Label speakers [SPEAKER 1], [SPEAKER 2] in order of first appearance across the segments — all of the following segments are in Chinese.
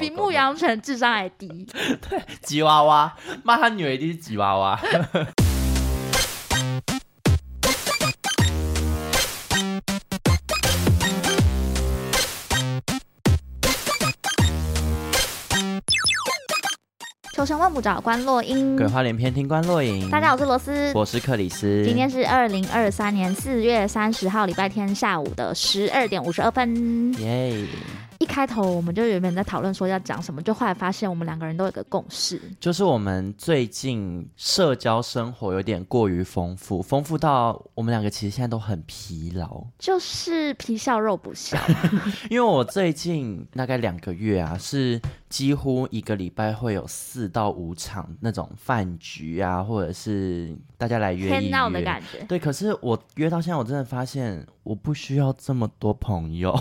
[SPEAKER 1] 比牧羊犬智商还低。
[SPEAKER 2] 吉娃娃，骂他女儿一定是吉娃娃。
[SPEAKER 1] 嗯求神问卜找关洛英。
[SPEAKER 2] 鬼话连篇，听官落影。
[SPEAKER 1] 大家好，我是罗斯。
[SPEAKER 2] 我是克里斯。
[SPEAKER 1] 今天是二零二三年四月三十号，礼拜天下午的十二点五十二分。
[SPEAKER 2] 耶
[SPEAKER 1] 一开头我们就原本在讨论说要讲什么，就后来发现我们两个人都有个共识，
[SPEAKER 2] 就是我们最近社交生活有点过于丰富，丰富到我们两个其实现在都很疲劳。
[SPEAKER 1] 就是皮笑肉不 笑。
[SPEAKER 2] 因为我最近大概两个月啊，是几乎一个礼拜会有四到五场那种饭局啊，或者是大家来约一
[SPEAKER 1] 天
[SPEAKER 2] 约
[SPEAKER 1] 闹的感 觉，
[SPEAKER 2] 对，可是我约到现在，我真的发现我不需要这么多 朋友，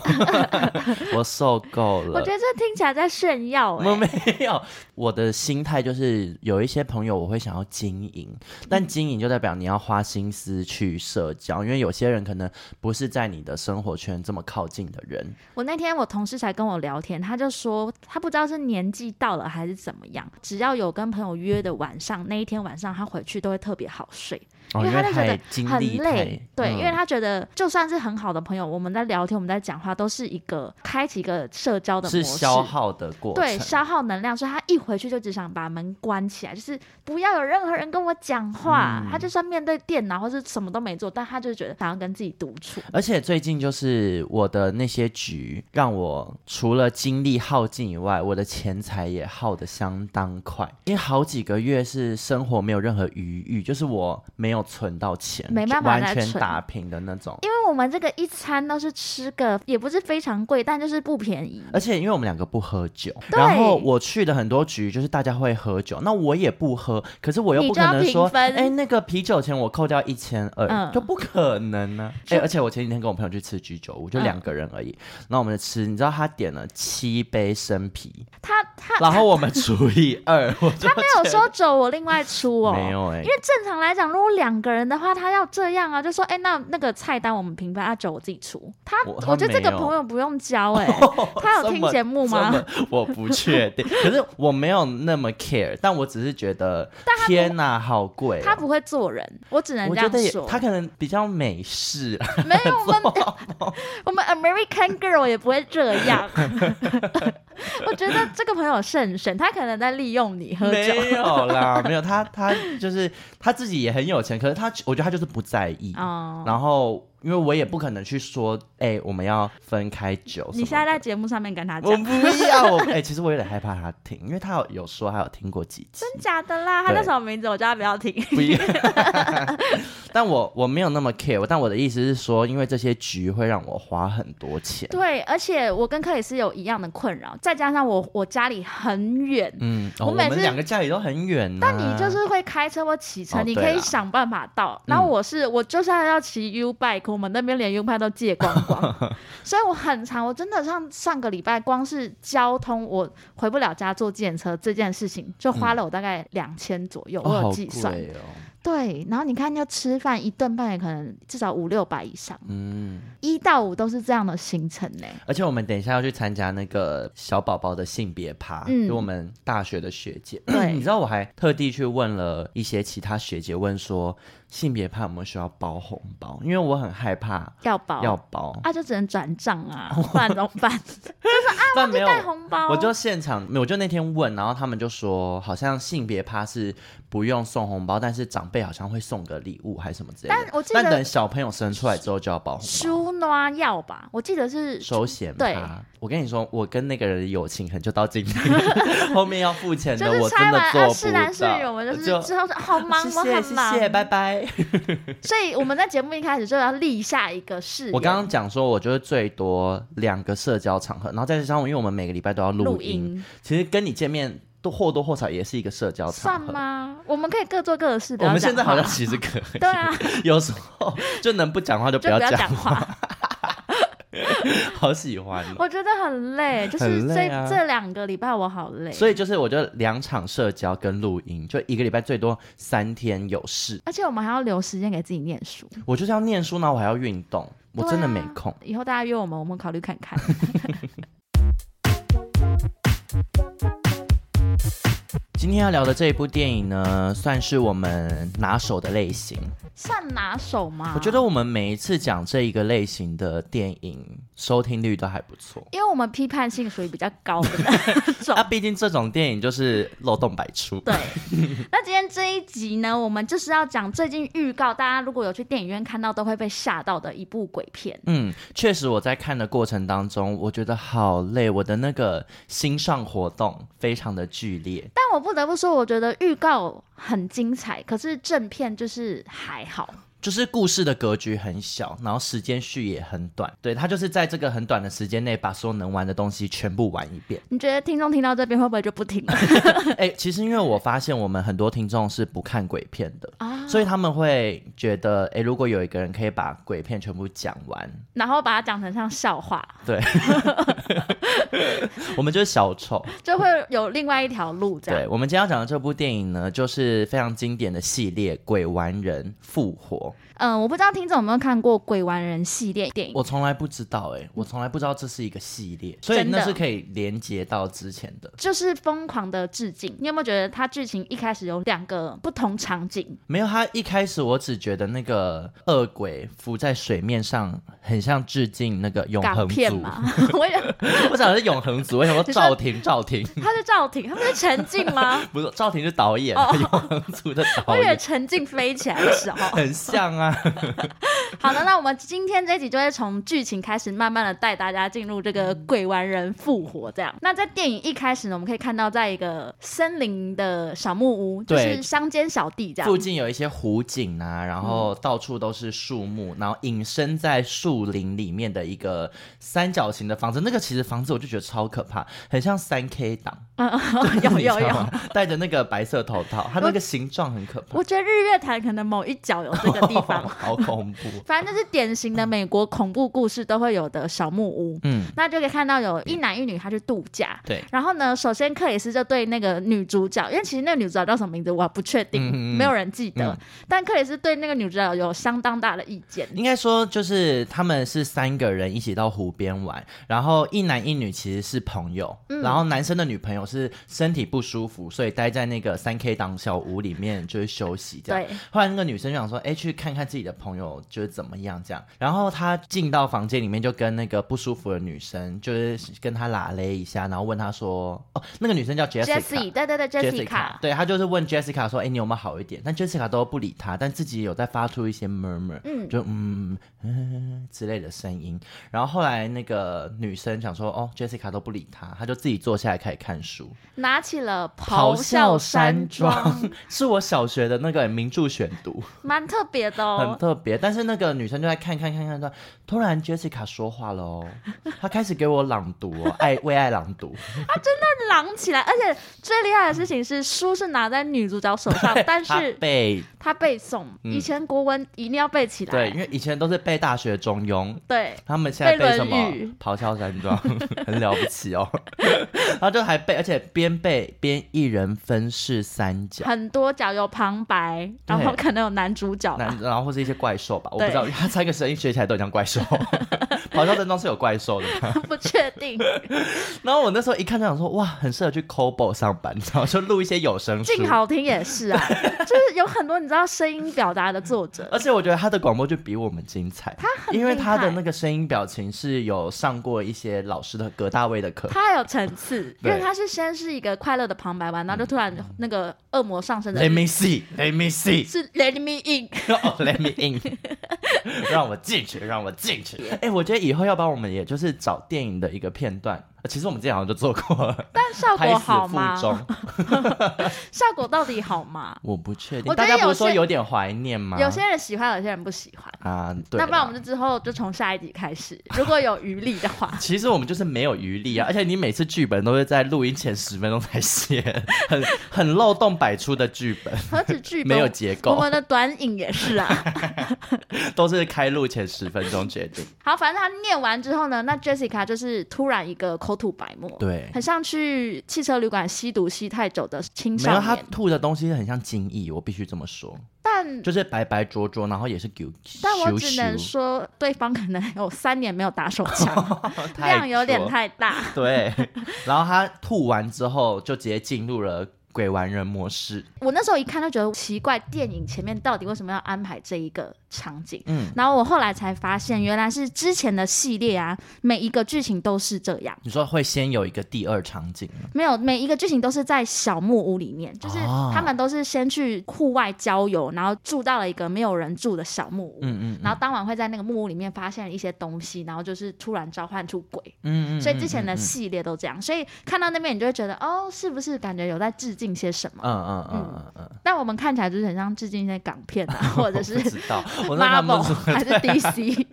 [SPEAKER 2] 我受够了。
[SPEAKER 1] 我觉得这听起来在炫耀哎、
[SPEAKER 2] 我呃没有，我的心态就是有一些朋友我会想要经营，
[SPEAKER 1] 嗯
[SPEAKER 2] 但经营就代表你要花心思去社交，因为有些人可能不是在你的生活圈这么靠近的人。
[SPEAKER 1] 我那天我同事才跟我聊天，他就说他不知道是年纪到了还是怎么样，只要有跟朋友约的晚上，那一天晚上他回去都会特别好睡，
[SPEAKER 2] 哦，
[SPEAKER 1] 因为他就觉
[SPEAKER 2] 太
[SPEAKER 1] 得
[SPEAKER 2] 经
[SPEAKER 1] 很
[SPEAKER 2] 历
[SPEAKER 1] 累
[SPEAKER 2] 太，
[SPEAKER 1] 对，
[SPEAKER 2] 嗯
[SPEAKER 1] 因为他觉得就算是很好的朋友，我们在聊天，我们在讲话，都是一个开启一个社交的模
[SPEAKER 2] 是
[SPEAKER 1] 式，
[SPEAKER 2] 消耗的过程。
[SPEAKER 1] 对，消耗能量，所以他一回去就只想把门关起来，就是不要有任何人跟我讲话。
[SPEAKER 2] 嗯
[SPEAKER 1] 他就算面对电脑或是什么都没做，但他就觉得想要跟自己独处。
[SPEAKER 2] 而且最近就是我的那些局，让我除了精力耗尽以外，我的钱财也耗得相当快。因为好几个月是生活没有任何余裕，就是我没有存到钱，
[SPEAKER 1] 没办法
[SPEAKER 2] 就完
[SPEAKER 1] 再
[SPEAKER 2] 全
[SPEAKER 1] 存
[SPEAKER 2] 打平的那种。
[SPEAKER 1] 因为我们这个一餐都是吃个，也不是非常贵，但就是不便宜。
[SPEAKER 2] 而且因为我们两个不喝酒，
[SPEAKER 1] 对
[SPEAKER 2] 然后我去的很多局就是大家会喝酒，那我也不喝，可是我又不可能
[SPEAKER 1] 你就要
[SPEAKER 2] 说，
[SPEAKER 1] 平分
[SPEAKER 2] 哎、那个啤酒钱我扣掉一千二
[SPEAKER 1] 嗯，
[SPEAKER 2] 就不可能呢、哎、
[SPEAKER 1] 就
[SPEAKER 2] 而且我前几天跟我朋友去吃居酒屋，就
[SPEAKER 1] 嗯
[SPEAKER 2] 两个人而已，然后我们吃，你知道他点了七杯生啤，
[SPEAKER 1] 他他
[SPEAKER 2] 然后我们除以二，我就
[SPEAKER 1] 他没有说酒我另外出哦，
[SPEAKER 2] 没有哎、
[SPEAKER 1] 因为正常来讲，如果两个人的话，他要这样啊，就说，哎、那那个菜单我们平分，啊，酒我自己出。他，
[SPEAKER 2] 我
[SPEAKER 1] 我
[SPEAKER 2] 他
[SPEAKER 1] 觉得这个
[SPEAKER 2] 没有
[SPEAKER 1] 朋友不用 交、哎、他有
[SPEAKER 2] 这
[SPEAKER 1] 听
[SPEAKER 2] 么
[SPEAKER 1] 节目
[SPEAKER 2] 这
[SPEAKER 1] 吗？
[SPEAKER 2] 么我不确 定，可是我没有那么 care，但我只是觉得，天哪，好贵哦、
[SPEAKER 1] 他不会做人，我只能
[SPEAKER 2] 我
[SPEAKER 1] 这
[SPEAKER 2] 觉
[SPEAKER 1] 样
[SPEAKER 2] 得也
[SPEAKER 1] 说。
[SPEAKER 2] 他可能比较美式啊，
[SPEAKER 1] 没有我们，
[SPEAKER 2] 哦
[SPEAKER 1] 我们 American Girl 也不会这样。 我觉得这个朋友慎选，他可能在利用你喝酒。
[SPEAKER 2] 没有 啦，没有他，他就是他自己也很有钱，可是他，我觉得他就是不在意。
[SPEAKER 1] 哦，
[SPEAKER 2] 然后，因为我也不可能去说，哎、我们要分开酒什么的。
[SPEAKER 1] 你现在在节目上面跟他讲
[SPEAKER 2] 我，不要，我哎、 其实我有点害怕他听，因为他有有说他有听过几集，
[SPEAKER 1] 真假的啦？他叫
[SPEAKER 2] 对
[SPEAKER 1] 什么名字？我叫他不要听。
[SPEAKER 2] 不要。 但我我没有那么 care，但我的意思是说，因为这些局会让我花很多钱。
[SPEAKER 1] 对，而且我跟克里斯有一样的困扰，再加上我我家里很远，
[SPEAKER 2] 嗯，
[SPEAKER 1] 我
[SPEAKER 2] 哦我
[SPEAKER 1] 每
[SPEAKER 2] 们
[SPEAKER 1] 次
[SPEAKER 2] 两个家里都很远、呐。
[SPEAKER 1] 但你就是会开车或骑车，
[SPEAKER 2] 哦
[SPEAKER 1] 你
[SPEAKER 2] 对
[SPEAKER 1] 可以
[SPEAKER 2] 啦嗯
[SPEAKER 1] 想办法到。然后我是、我就是要骑 U bike，我们那边连 U bike 都借 光光，所以我很长，我真的上上个礼拜光是交通，我回不了家坐电车这件事情，就花了我大概两千左右，
[SPEAKER 2] 嗯哦
[SPEAKER 1] 我有
[SPEAKER 2] 好
[SPEAKER 1] 计算。
[SPEAKER 2] 贵哦，
[SPEAKER 1] 对，然后你看要吃饭一顿饭也可能至少五六百以上，
[SPEAKER 2] 嗯。
[SPEAKER 1] 一到五都是这样的行程呢、
[SPEAKER 2] 而且我们等一下要去参加那个小宝宝的性别趴，
[SPEAKER 1] 嗯
[SPEAKER 2] 就我们大学的学姐。
[SPEAKER 1] 对
[SPEAKER 2] 你知道我还特地去问了一些其他学姐，问说性别趴有没有需要包红包，因为我很害怕
[SPEAKER 1] 要包
[SPEAKER 2] 要包，
[SPEAKER 1] 啊，就只能转账 啊，不然怎么办？
[SPEAKER 2] 但没有。
[SPEAKER 1] 带红包，哦
[SPEAKER 2] 我就现场，没有我就那天问，然后他们就说，好像性别趴是不用送红包，但是长辈好像会送个礼物还是什么之类的。
[SPEAKER 1] 但我记
[SPEAKER 2] 但
[SPEAKER 1] 得
[SPEAKER 2] 等小朋友生出来之后就要包红包。
[SPEAKER 1] 输拿要吧，我记得是
[SPEAKER 2] 收钱
[SPEAKER 1] 对
[SPEAKER 2] 趴，我跟你说，我跟那个人的友情可能就到今天， 后面要付钱的
[SPEAKER 1] 就
[SPEAKER 2] 我
[SPEAKER 1] 是
[SPEAKER 2] 真
[SPEAKER 1] 拆
[SPEAKER 2] 的
[SPEAKER 1] 完
[SPEAKER 2] 做
[SPEAKER 1] 啊，
[SPEAKER 2] 不
[SPEAKER 1] 是男是女，
[SPEAKER 2] 到。呃
[SPEAKER 1] 我们就是之后就好忙，
[SPEAKER 2] 谢
[SPEAKER 1] 我
[SPEAKER 2] 谢
[SPEAKER 1] 很
[SPEAKER 2] 谢
[SPEAKER 1] 忙，
[SPEAKER 2] 谢，拜拜。
[SPEAKER 1] 所以我们在节目一开始就要立下一个誓言。
[SPEAKER 2] 我刚刚讲说，我就是最多两个社交场合，然后再加上，因为我们每个礼拜都要
[SPEAKER 1] 录
[SPEAKER 2] 录音，其实跟你见面都或多或少也是一个社交
[SPEAKER 1] 算
[SPEAKER 2] 场合。
[SPEAKER 1] 吗？我们可以各做各的事，不
[SPEAKER 2] 哦我
[SPEAKER 1] 要
[SPEAKER 2] 们现在好像
[SPEAKER 1] 讲话
[SPEAKER 2] 其实可以，
[SPEAKER 1] 对啊，
[SPEAKER 2] 有时候就能不讲话 就不
[SPEAKER 1] 就
[SPEAKER 2] 要
[SPEAKER 1] 不要
[SPEAKER 2] 讲
[SPEAKER 1] 讲，话，
[SPEAKER 2] 好喜欢哦。
[SPEAKER 1] 我觉得很累，就是
[SPEAKER 2] 很
[SPEAKER 1] 这
[SPEAKER 2] 累啊
[SPEAKER 1] 这两个礼拜我好累，
[SPEAKER 2] 所以就是，我就两场社交跟录音，就一个礼拜最多三天有事。
[SPEAKER 1] 而且我们还要留时间给自己念书。
[SPEAKER 2] 我就是要念书，然后我还要运动，我真的没
[SPEAKER 1] 啊
[SPEAKER 2] 空。
[SPEAKER 1] 以后大家约我们，我们考虑看看。
[SPEAKER 2] 今天要聊的这一部电影呢，算是我们拿手的类型。
[SPEAKER 1] 算拿手吗？
[SPEAKER 2] 我觉得我们每一次讲这一个类型的电影，收听率都还不错。
[SPEAKER 1] 因为我们批判性属于比较高的那种
[SPEAKER 2] 啊，。毕竟这种电影就是漏洞百出。
[SPEAKER 1] 对，那今天这一集呢，我们就是要讲最近预告，大家如果有去电影院看到，都会被吓到的一部鬼片。
[SPEAKER 2] 嗯，确实我在看的过程当中，我觉得好累，我的那个心上活动非常的剧烈。
[SPEAKER 1] 但我不得不说，我觉得预告很精彩，可是正片就是还好。
[SPEAKER 2] 就是故事的格局很小，然后时间序也很短，对他就是在这个很短的时间内把所有能玩的东西全部玩一遍。
[SPEAKER 1] 你觉得听众听到这边会不会就不听了
[SPEAKER 2] 哎、其实因为我发现我们很多听众是不看鬼片的，
[SPEAKER 1] 啊？
[SPEAKER 2] 所以他们会觉得，哎、如果有一个人可以把鬼片全部讲完，
[SPEAKER 1] 然后把它讲成像笑话，
[SPEAKER 2] 对，我们就是小丑。
[SPEAKER 1] 就会有另外一条路 这样。
[SPEAKER 2] 对，我们今天要讲的这部电影呢，就是非常经典的系列《鬼玩人复活
[SPEAKER 1] 嗯，我不知道听众有没有看过《鬼玩人》系列电》，影。
[SPEAKER 2] 我从来不知道、哎，我从来不知道这是一个系列，所以
[SPEAKER 1] 真的
[SPEAKER 2] 那是可以连接到之前的。
[SPEAKER 1] 就是疯狂的致敬，你有没有觉得它剧情一开始有两个不同场景？
[SPEAKER 2] 没有，他一开始我只觉得那个恶鬼浮在水面上，很像致敬那个永
[SPEAKER 1] 港
[SPEAKER 2] 恒
[SPEAKER 1] 片
[SPEAKER 2] 族。
[SPEAKER 1] 嘛，我也
[SPEAKER 2] 我想的是永恒族，为什么
[SPEAKER 1] 你说
[SPEAKER 2] 赵婷？赵婷
[SPEAKER 1] 他是赵婷，他不是陈静 吗？
[SPEAKER 2] 不是赵婷是导演，
[SPEAKER 1] 哦
[SPEAKER 2] 永恒族的
[SPEAKER 1] 我
[SPEAKER 2] 导
[SPEAKER 1] 以为
[SPEAKER 2] 演
[SPEAKER 1] 陈静飞起来的时候。
[SPEAKER 2] 很像啊。
[SPEAKER 1] 好的，那我们今天这集就会从剧情开始，慢慢的带大家进入这
[SPEAKER 2] 嗯
[SPEAKER 1] 个鬼玩人复活这样。那在电影一开始呢，我们可以看到在一个森林的小木屋，就
[SPEAKER 2] 对
[SPEAKER 1] 是乡间小弟 这
[SPEAKER 2] 附
[SPEAKER 1] 样。
[SPEAKER 2] 近有一些湖景啊，然后到处都是树
[SPEAKER 1] 嗯
[SPEAKER 2] 木，然后隐身在树林里面的一个三角形的房子。那个其实房子我就觉得超可怕，很像三 K 党，
[SPEAKER 1] 有
[SPEAKER 2] 你知
[SPEAKER 1] 有
[SPEAKER 2] 道
[SPEAKER 1] 有，
[SPEAKER 2] 吗，戴着那个白色头套，它那个形状很可怕，
[SPEAKER 1] 我觉得日月潭可能某一角有这个地方。
[SPEAKER 2] 好恐怖。
[SPEAKER 1] 反正就是典型的美国恐怖故事都会有的小木屋，
[SPEAKER 2] 嗯，
[SPEAKER 1] 那就可以看到有一男一女，他去度假，
[SPEAKER 2] 对，
[SPEAKER 1] 然后呢，首先克里斯就对那个女主角，因为其实那个女主角叫什么名字我不确定，
[SPEAKER 2] 嗯嗯嗯
[SPEAKER 1] 没有人记得。
[SPEAKER 2] 嗯
[SPEAKER 1] 但克里斯对那个女主角有相当大的意见。
[SPEAKER 2] 应该说就是他们是三个人一起到湖边玩，然后一男一女其实是朋友，然后男生的女朋友是身体不舒服，所以待在那个三 K 档小屋里面就是休息这样。
[SPEAKER 1] 对，
[SPEAKER 2] 后来那个女生就想说，哎，去看看自己的朋友就是怎么样这样。然后她进到房间里面，就跟那个不舒服的女生，就是跟她拉勒一下，然后问她说，哦，那个女生叫
[SPEAKER 1] Jessie，
[SPEAKER 2] Jessica。
[SPEAKER 1] 对对对
[SPEAKER 2] Jessica，对她就是问 Jessica 说：“哎、你有没有好一点？”但 Jessica 都不理她，但自己有在发出一些 murmur，
[SPEAKER 1] 嗯
[SPEAKER 2] 就嗯嗯之类的声音。然后后来那个女生想说：“哦，Jessica 都不理她，她就自己坐下来开始看书。”
[SPEAKER 1] 拿起了《
[SPEAKER 2] 咆哮
[SPEAKER 1] 山
[SPEAKER 2] 山庄， 是我小学的那个名著选读，
[SPEAKER 1] 蛮特别的
[SPEAKER 2] 很
[SPEAKER 1] 哦。
[SPEAKER 2] 特别。但是那个女生就在看看看看看，突然 Jessica 说话了哦，她开始给我朗读哦，爱为爱朗读，
[SPEAKER 1] 狼起来，而且最厉害的事情是，书是拿在女主角手上，啊但
[SPEAKER 2] 她
[SPEAKER 1] 是
[SPEAKER 2] 背
[SPEAKER 1] 她背诵。以前国文一定要背起来。
[SPEAKER 2] 对，因为以前都是背大学中庸，
[SPEAKER 1] 对
[SPEAKER 2] 他们现在背什
[SPEAKER 1] 背论语
[SPEAKER 2] 么咆哮山庄， 很了不起哦。 然后就还背，而且边背边一人分饰三角。
[SPEAKER 1] 很多角有旁白，然后
[SPEAKER 2] 对
[SPEAKER 1] 可能有男主角吧
[SPEAKER 2] 那然后或是一些怪兽吧，我不
[SPEAKER 1] 对
[SPEAKER 2] 知道，因为他三个声音学起来都很像怪兽。 咆哮山庄是有怪兽的吗？
[SPEAKER 1] 不确定。
[SPEAKER 2] 然后我那时候一看就想说，哇，很适合去 Kobo 上班，然后就录一些有声书。
[SPEAKER 1] 静好听也是 啊，就是有很多你知道声音表达的作者，
[SPEAKER 2] 而且我觉得他的广播就比我们精彩，他
[SPEAKER 1] 很
[SPEAKER 2] 因为
[SPEAKER 1] 厉
[SPEAKER 2] 他的
[SPEAKER 1] 害
[SPEAKER 2] 那个声音表情是有上过一些老师的葛大卫的课，
[SPEAKER 1] 他有层次，因
[SPEAKER 2] 对嗯
[SPEAKER 1] 为他是先是一个快乐的旁白完，然后就突然那个恶魔上身的
[SPEAKER 2] Let me see, Let me see，
[SPEAKER 1] 是 Let me in，
[SPEAKER 2] 哦、l e t me in，让我进去，让我进去。哎、我觉得以后要不然我们也就是找电影的一个片段，呃其实我们之前好像 就做过了，
[SPEAKER 1] 但效
[SPEAKER 2] 拍
[SPEAKER 1] 果
[SPEAKER 2] 死
[SPEAKER 1] 好
[SPEAKER 2] 腹
[SPEAKER 1] 吗？
[SPEAKER 2] 中，
[SPEAKER 1] 效果到底好吗？
[SPEAKER 2] 我不确定。
[SPEAKER 1] 我觉
[SPEAKER 2] 大
[SPEAKER 1] 得
[SPEAKER 2] 家不
[SPEAKER 1] 有
[SPEAKER 2] 是说
[SPEAKER 1] 些
[SPEAKER 2] 有点怀念吗？
[SPEAKER 1] 有些人喜欢，有些人不喜欢。
[SPEAKER 2] 啊，对啦。
[SPEAKER 1] 那不然我们就之后就从下一集开
[SPEAKER 2] 。
[SPEAKER 1] 始，如果有余力的话
[SPEAKER 2] 其实我们就是没有余力 啊，而且你每次剧本都是在录音前十分钟才写，很 很漏洞百出的剧本，
[SPEAKER 1] 何止剧本
[SPEAKER 2] 没有结
[SPEAKER 1] 我
[SPEAKER 2] 构，
[SPEAKER 1] 们的短影也是啊。
[SPEAKER 2] 都是开录前十分钟决 定。
[SPEAKER 1] 好，反正他念完之后呢，那 Jessica 就是突然一个口吐白沫，
[SPEAKER 2] 对，
[SPEAKER 1] 很像去汽车旅馆吸毒吸太久的青
[SPEAKER 2] 没有
[SPEAKER 1] 少
[SPEAKER 2] 他
[SPEAKER 1] 年，
[SPEAKER 2] 吐的东西很像精液，我必须这么说，
[SPEAKER 1] 但
[SPEAKER 2] 就是白白灼灼，然后也是啾啾。
[SPEAKER 1] 但我只能说，对方可能有三年没有打手枪， 量有点 太
[SPEAKER 2] 太
[SPEAKER 1] 大。
[SPEAKER 2] 对，然后他吐完之后就直接进入了鬼玩人模式。
[SPEAKER 1] 我那时候一看就觉得奇怪，电影前面到底为什么要安排这一个场景？
[SPEAKER 2] 嗯，
[SPEAKER 1] 然后我后来才发现，原来是之前的系列啊，每一个剧情都是这样，
[SPEAKER 2] 你说会先有一个第二场景吗？
[SPEAKER 1] 没有每一个剧情都是在小木屋里面，就是
[SPEAKER 2] 哦
[SPEAKER 1] 他们都是先去户外郊游，然后住到了一个没有人住的小木屋。
[SPEAKER 2] 嗯嗯，
[SPEAKER 1] 然后当晚会在那个木屋里面发现一些东西，然后就是突然召唤出鬼，
[SPEAKER 2] 嗯嗯嗯，
[SPEAKER 1] 所以之前
[SPEAKER 2] 嗯
[SPEAKER 1] 的系列都这样。所以看到那边，你就会觉得哦，是不是感觉有在致敬些什么？
[SPEAKER 2] 嗯嗯嗯嗯嗯，
[SPEAKER 1] 但我们看起来就是很像致敬一些港片 啊，或者是
[SPEAKER 2] 我不知 道，我那他们
[SPEAKER 1] Marvel 还是 DC，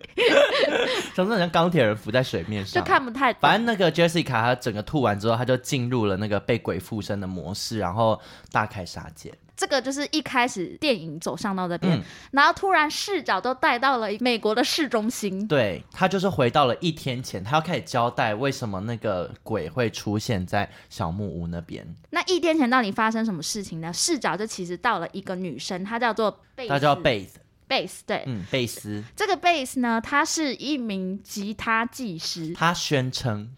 [SPEAKER 2] 总是像钢铁人浮在水面
[SPEAKER 1] 就
[SPEAKER 2] 上。
[SPEAKER 1] 看不太懂。
[SPEAKER 2] 反正那个 Jessica 她整个吐完之后，她就进入了那个被鬼附身的模式，然后大开杀戒。
[SPEAKER 1] 这个就是一开始电影走上到这边，
[SPEAKER 2] 嗯
[SPEAKER 1] 然后突然视角都带到了美国的市中心。
[SPEAKER 2] 对她就是回到了一天前，她要开始交代为什么那个鬼会出现在小木屋那边。
[SPEAKER 1] 那一天前到底发生什么事情呢？视角就其实到了一个女生，她叫做贝斯，
[SPEAKER 2] 她叫贝斯，
[SPEAKER 1] 贝斯，对。
[SPEAKER 2] 嗯，贝斯，
[SPEAKER 1] 这个贝斯呢，她是一名吉他技师，
[SPEAKER 2] 她宣称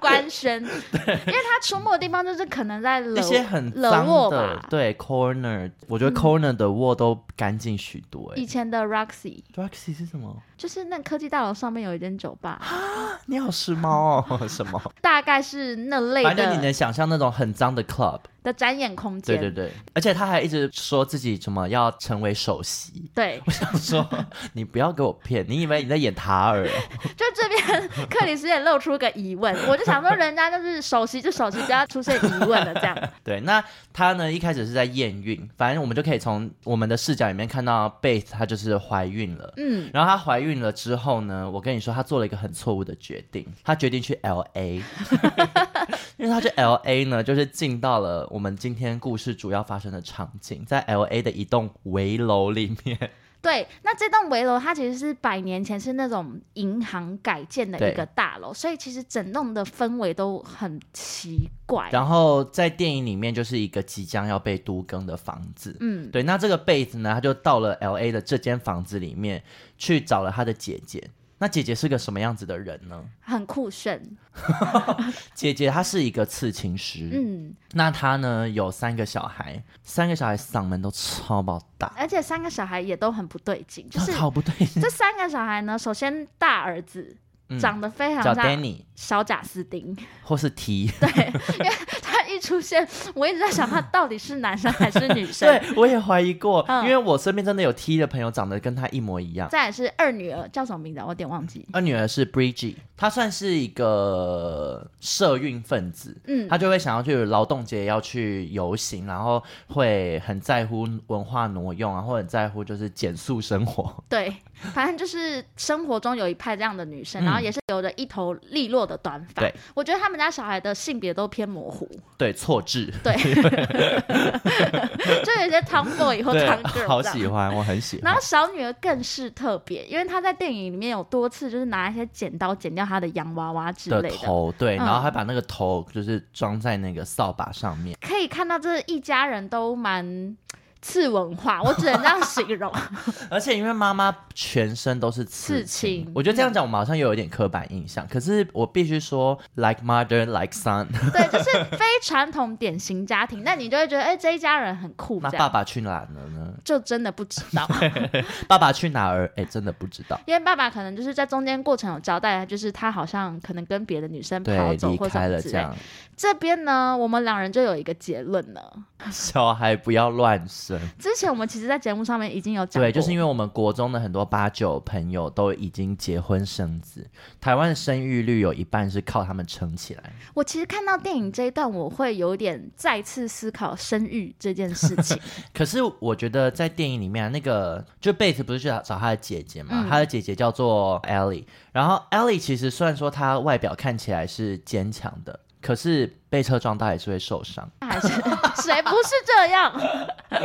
[SPEAKER 1] 官宣，因为她出没的地方就是可能在
[SPEAKER 2] 那
[SPEAKER 1] 冷
[SPEAKER 2] 些很
[SPEAKER 1] 冷
[SPEAKER 2] 脏
[SPEAKER 1] 沃
[SPEAKER 2] 的
[SPEAKER 1] 吧，，嗯
[SPEAKER 2] 对 corner，我觉得 corner 的沃都干净许多、欸。
[SPEAKER 1] 以前的 Roxy，
[SPEAKER 2] Roxy 是什么？
[SPEAKER 1] 就是那科技大楼上面有一间酒吧，
[SPEAKER 2] 你好时髦哦， 什么？
[SPEAKER 1] 大概是那类
[SPEAKER 2] 反正你能
[SPEAKER 1] 的
[SPEAKER 2] 想象那种很脏的 club，
[SPEAKER 1] 的展演空
[SPEAKER 2] 对
[SPEAKER 1] 间。
[SPEAKER 2] 对对，而且他还一直说自己怎么要成为首席。
[SPEAKER 1] 对
[SPEAKER 2] 我想说，你不要给我骗，你以为你在演塔尔哦？
[SPEAKER 1] 就这 边克里斯也露出个疑问，我就想说人家就是首席就首席，不要出现疑问了这样。
[SPEAKER 2] 对，那他呢一开始是在验孕，反正我们就可以从我们的视角里面看到贝斯她就是怀孕了。
[SPEAKER 1] 嗯，
[SPEAKER 2] 然后她怀孕了之后呢，我跟你说，她做了一个很错误的决定，她决定去 L A，因为她去 L A 呢，就是进到了我们今天故事主要发生的场景，在 L A 的一栋围楼里面。
[SPEAKER 1] 对。那这栋围楼它其实是百年前是那种银行改建的一个大楼，所以其实整栋的氛围都很奇怪。
[SPEAKER 2] 然后在电影里面就是一个即将要被都更的房子。
[SPEAKER 1] 嗯，
[SPEAKER 2] 对，那这个贝子呢，他就到了 L A 的这间房子里面去找了他的姐姐。那姐姐是个什么样子的人呢？
[SPEAKER 1] 很酷炫。
[SPEAKER 2] 姐姐她是一个刺青师，
[SPEAKER 1] 嗯，
[SPEAKER 2] 那她呢有三个小孩，三个小孩嗓门都超爆大，
[SPEAKER 1] 而且三个小孩也都很不对劲，就是
[SPEAKER 2] 哦好不对 劲。
[SPEAKER 1] 这三个小孩呢，首先大儿子
[SPEAKER 2] 嗯
[SPEAKER 1] 长得非常
[SPEAKER 2] 叫
[SPEAKER 1] 像
[SPEAKER 2] Danny
[SPEAKER 1] 小贾斯汀，
[SPEAKER 2] 或是 T，
[SPEAKER 1] 他一出现，我一直在想他到底是男生还是女生。
[SPEAKER 2] 对我也怀疑过，
[SPEAKER 1] 嗯
[SPEAKER 2] 因为我身边真的有 T 的朋友长得跟他一模一样。
[SPEAKER 1] 再来是二女儿叫什么名字啊？我有点忘记。
[SPEAKER 2] 二女儿是 Bridgie，她算是一个社运分子，
[SPEAKER 1] 嗯
[SPEAKER 2] 她就会想要去劳动节要去游行，然后会很在乎文化挪用啊，或者很在乎就是减速生活。
[SPEAKER 1] 对，反正就是生活中有一派这样的女生，
[SPEAKER 2] 嗯
[SPEAKER 1] 然后也是留着一头利落的短发
[SPEAKER 2] 对。
[SPEAKER 1] 我觉得他们家小孩的性别都偏模糊，
[SPEAKER 2] 对，错置，
[SPEAKER 1] 对，就有些 tomboy 或
[SPEAKER 2] 对
[SPEAKER 1] tom，girl
[SPEAKER 2] 好
[SPEAKER 1] 这
[SPEAKER 2] 喜
[SPEAKER 1] 样。
[SPEAKER 2] 欢，我很喜
[SPEAKER 1] 然
[SPEAKER 2] 欢
[SPEAKER 1] 后。小女儿更是特别，因为她在电影里面有多次就是拿一些剪刀剪掉她的洋娃娃之
[SPEAKER 2] 的
[SPEAKER 1] 类的，
[SPEAKER 2] 头对，
[SPEAKER 1] 嗯
[SPEAKER 2] 然后还把那个头就是装在那个扫把上面，
[SPEAKER 1] 可以看到这一家人都蛮次文化，我只能这样形容。
[SPEAKER 2] 而且因为妈妈全身都是
[SPEAKER 1] 刺
[SPEAKER 2] 刺
[SPEAKER 1] 青嗯
[SPEAKER 2] 青我觉得这样讲我们好像又有一点刻板印象，可是我必须说，like mother like son，
[SPEAKER 1] 对，就是非传统典型家庭，那你就会觉得，哎、这一家人很酷，
[SPEAKER 2] 那
[SPEAKER 1] 这
[SPEAKER 2] 爸
[SPEAKER 1] 样
[SPEAKER 2] 爸去哪了呢？
[SPEAKER 1] 就真的不知道，
[SPEAKER 2] 爸爸去哪儿？哎、真的不知道。
[SPEAKER 1] 因为爸爸可能就是在中间过程有交代，就是他好像可能跟别的女生跑
[SPEAKER 2] 对，
[SPEAKER 1] 嗯走
[SPEAKER 2] 离
[SPEAKER 1] 或
[SPEAKER 2] 开
[SPEAKER 1] 什么
[SPEAKER 2] 了
[SPEAKER 1] 之
[SPEAKER 2] 这
[SPEAKER 1] 类。
[SPEAKER 2] 样，
[SPEAKER 1] 这边呢，我们两人就有一个结论了。
[SPEAKER 2] 小孩不要乱生。
[SPEAKER 1] 之前我们其实，在节目上面已经有讲过，
[SPEAKER 2] 对，就是因为我们国中的很多八九朋友都已经结婚生子，台湾的生育率有一半是靠他们撑起来。
[SPEAKER 1] 我其实看到电影这一段，我会有点再次思考生育这件事 情。
[SPEAKER 2] 可是我觉得在电影里面啊、那个就贝斯不是去找找他的姐姐嘛，
[SPEAKER 1] 嗯
[SPEAKER 2] 他的姐姐叫做 Ellie，然后 Ellie 其实虽然说她外表看起来是坚强的，可是被车撞到也是会受伤。
[SPEAKER 1] 还是谁不是这样？
[SPEAKER 2] 啊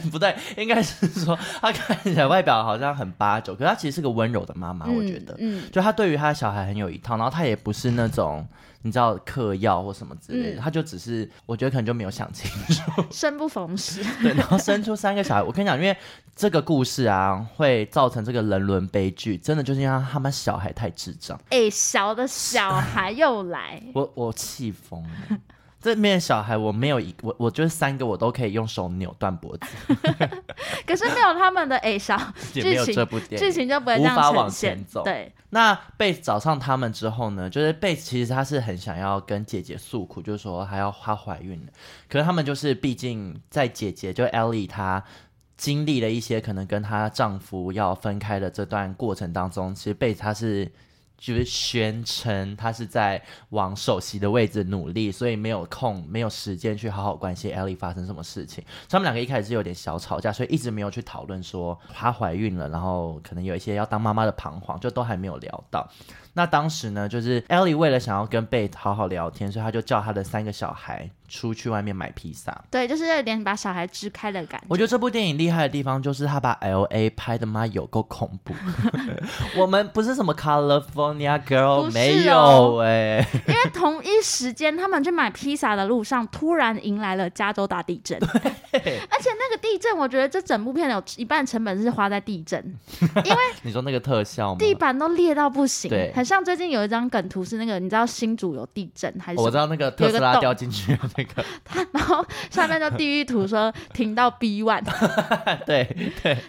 [SPEAKER 2] 不对，应该是说她看起来外表好像很八九，可是她其实是个温柔的妈妈，我觉得。
[SPEAKER 1] 嗯，嗯
[SPEAKER 2] 就她对于她的小孩很有一套，然后她也不是那种你知道嗑药或什么之类
[SPEAKER 1] 嗯
[SPEAKER 2] 的，她就只是我觉得可能就没有想清楚，
[SPEAKER 1] 生不逢时。
[SPEAKER 2] 对，然后生出三个小孩。我跟你讲，因为这个故事啊，会造成这个人伦悲剧，真的就是因为他们小孩太智障，
[SPEAKER 1] 哎、小的小孩又来，
[SPEAKER 2] 我我气疯了。这边的小孩我没有一我我觉得三个我都可以用手扭断脖子，
[SPEAKER 1] 可是没有他们的 A 小
[SPEAKER 2] 也
[SPEAKER 1] 剧
[SPEAKER 2] 没有
[SPEAKER 1] 情
[SPEAKER 2] 这部电
[SPEAKER 1] 剧
[SPEAKER 2] 影。
[SPEAKER 1] 情就不会这样
[SPEAKER 2] 无法往
[SPEAKER 1] 呈现
[SPEAKER 2] 前走
[SPEAKER 1] 对，
[SPEAKER 2] 那贝找上他们之后呢，就是贝其实她是很想要跟姐姐诉苦，就是说她要她怀孕了，可是他们就是毕竟在姐姐就 Ellie 她。经历了一些可能跟她丈夫要分开的这段过程当中，其实贝她是就是宣称她是在往首席的位置努力，所以没有空没有时间去好好关心 Ellie 发生什么事情。所以他们两个一开始是有点小吵架，所以一直没有去讨论说她怀孕了，然后可能有一些要当妈妈的彷徨，就都还没有聊到。那当时呢，就是 Ellie 为了想要跟贝好好聊天，所以她就叫她的三个小孩出去外面买披萨。
[SPEAKER 1] 对，就是有点把小孩支开的感觉。
[SPEAKER 2] 我觉得这部电影厉害的地方就是他把 L A 拍的妈有够恐 怖，我们不是什么 California
[SPEAKER 1] 不
[SPEAKER 2] Girl，
[SPEAKER 1] 是
[SPEAKER 2] 没
[SPEAKER 1] 哦
[SPEAKER 2] 有哎、
[SPEAKER 1] 因为同一时间，他们去买披萨的路上，突然迎来了加州大地震。而且那个地震，我觉得这整部片有一半成本是花在地
[SPEAKER 2] 嗯
[SPEAKER 1] 震，
[SPEAKER 2] 你说那个特效吗？
[SPEAKER 1] 地板都裂到不行
[SPEAKER 2] 对，
[SPEAKER 1] 很像最近有一张梗图是那个，你知道新竹有地震还是
[SPEAKER 2] 哦我
[SPEAKER 1] 什
[SPEAKER 2] 知
[SPEAKER 1] 么？
[SPEAKER 2] 道那个特斯
[SPEAKER 1] 有一个
[SPEAKER 2] 拉
[SPEAKER 1] 洞
[SPEAKER 2] 掉进去的那个，
[SPEAKER 1] 然后下面的地狱图说停到 B one，
[SPEAKER 2] 对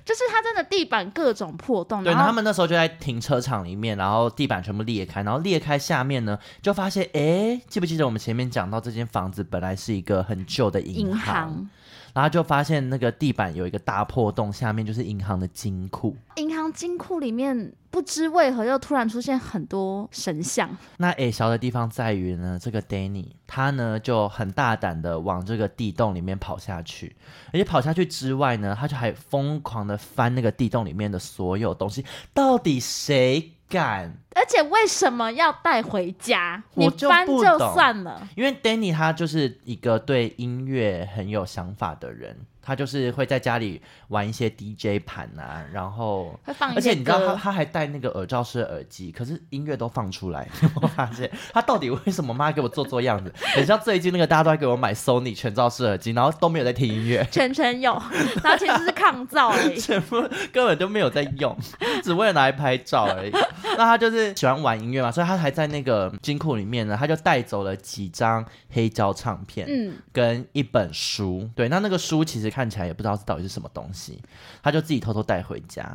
[SPEAKER 1] 就是它真的地板各种破洞，
[SPEAKER 2] 对，
[SPEAKER 1] 然
[SPEAKER 2] 然后他
[SPEAKER 1] 后
[SPEAKER 2] 们那时候就在停车场里面，然后地板全部裂开，然后裂开下面呢，就发现哎，记不记得我们前面讲到这间房子本来是一个很旧的
[SPEAKER 1] 银行。
[SPEAKER 2] 然后就发现那个地板有一个大破洞，下面就是银行的金库。
[SPEAKER 1] 银行金库里面不知为何又突然出现很多神像，
[SPEAKER 2] 那诶，小的地方在于呢，这个 Danny 他呢就很大胆的往这个地洞里面跑下去，而且跑下去之外呢，他就还疯狂的翻那个地洞里面的所有东西，到底谁敢？
[SPEAKER 1] 而且为什么要带回家？
[SPEAKER 2] 我
[SPEAKER 1] 你
[SPEAKER 2] 就
[SPEAKER 1] 搬
[SPEAKER 2] 不
[SPEAKER 1] 就
[SPEAKER 2] 懂
[SPEAKER 1] 算了，
[SPEAKER 2] 因为 Danny 他就是一个对音乐很有想法的人，他就是会在家里玩一些 DJ 盘啊，然后
[SPEAKER 1] 会放一
[SPEAKER 2] 而且
[SPEAKER 1] 些
[SPEAKER 2] 你知道他
[SPEAKER 1] 歌。，
[SPEAKER 2] 他还戴那个耳罩式耳机，可是音乐都放出来， 我发现他到底为什么妈给我做做样子？很像最近那个大家都在给我买 Sony 全罩式耳机，然后都没有在听音乐
[SPEAKER 1] 全全有， 然后其实是抗噪而已。
[SPEAKER 2] 全部根本就没有在用， 只为了拿来拍照而已。那他就是喜欢玩音乐嘛，所以他还在那个金库里面呢，他就带走了几张黑胶唱片，
[SPEAKER 1] 嗯，
[SPEAKER 2] 跟一本书，对，那那个书其实看起来也不知道是到底是什么东西，他就自己偷偷带回家。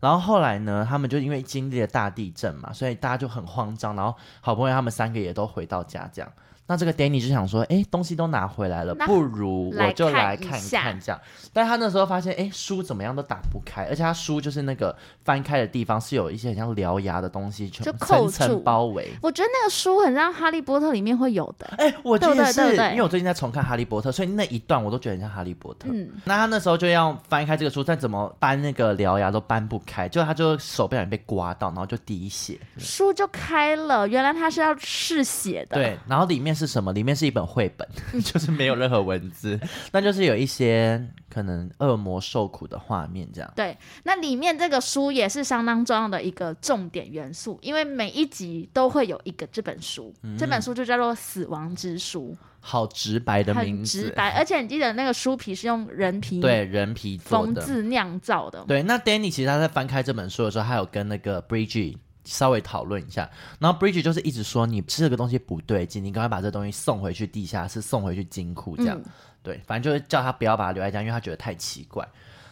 [SPEAKER 2] 然后后来呢，他们就因为经历了大地震嘛，所以大家就很慌张。然后好不容易他们三个也都回到家，这样。那这个 Danny 就想说，哎，东西都拿回来了，
[SPEAKER 1] 那
[SPEAKER 2] 不如
[SPEAKER 1] 来
[SPEAKER 2] 我就
[SPEAKER 1] 看
[SPEAKER 2] 来
[SPEAKER 1] 一
[SPEAKER 2] 看一
[SPEAKER 1] 下
[SPEAKER 2] 看这样。但他那时候发现，哎，书怎么样都打不开，而且他书就是那个翻开的地方是有一些很像獠牙的东西，全
[SPEAKER 1] 就
[SPEAKER 2] 层
[SPEAKER 1] 扣住
[SPEAKER 2] 层包围。
[SPEAKER 1] 我觉得那个书很像《哈利波特》里面会有的。
[SPEAKER 2] 哎、我觉
[SPEAKER 1] 对
[SPEAKER 2] 得
[SPEAKER 1] 对
[SPEAKER 2] 是
[SPEAKER 1] 对对
[SPEAKER 2] 因为我最近在重看《哈利波特》，所以那一段我都觉得很像《哈利波特》。
[SPEAKER 1] 嗯，
[SPEAKER 2] 那他那时候就要翻开这个书，但怎么搬那个獠牙都搬不开，就他就手不小心被刮到，然后就 滴血。
[SPEAKER 1] 书就开了，原来它是要试写的。，
[SPEAKER 2] 对，然后里面是什么？里面是一本绘本， 就是没有任何文字，但就是有一些可能恶魔受苦的画面这样。
[SPEAKER 1] 对，那里面这个书也是相当重要的一个重点元素，因为每一集都会有一个这本书，
[SPEAKER 2] 嗯
[SPEAKER 1] 这本书就叫做《死亡之书
[SPEAKER 2] 好直白的》，名
[SPEAKER 1] 很直
[SPEAKER 2] 字，
[SPEAKER 1] 白。而且你记得那个书皮是用人皮
[SPEAKER 2] 对，人皮做
[SPEAKER 1] 缝
[SPEAKER 2] 的。
[SPEAKER 1] 制酿造的，
[SPEAKER 2] 对，那 Danny 其实他在翻开这本书的时候，他有跟那个 Bridget 稍微讨论一下，然后 Bridget 就是一直说你吃这个东西不对劲，你赶快把这东西送回去地下室，送回去金库这样。
[SPEAKER 1] 嗯
[SPEAKER 2] 对，反正就是叫他不要把它留在家，因为他觉得太奇怪。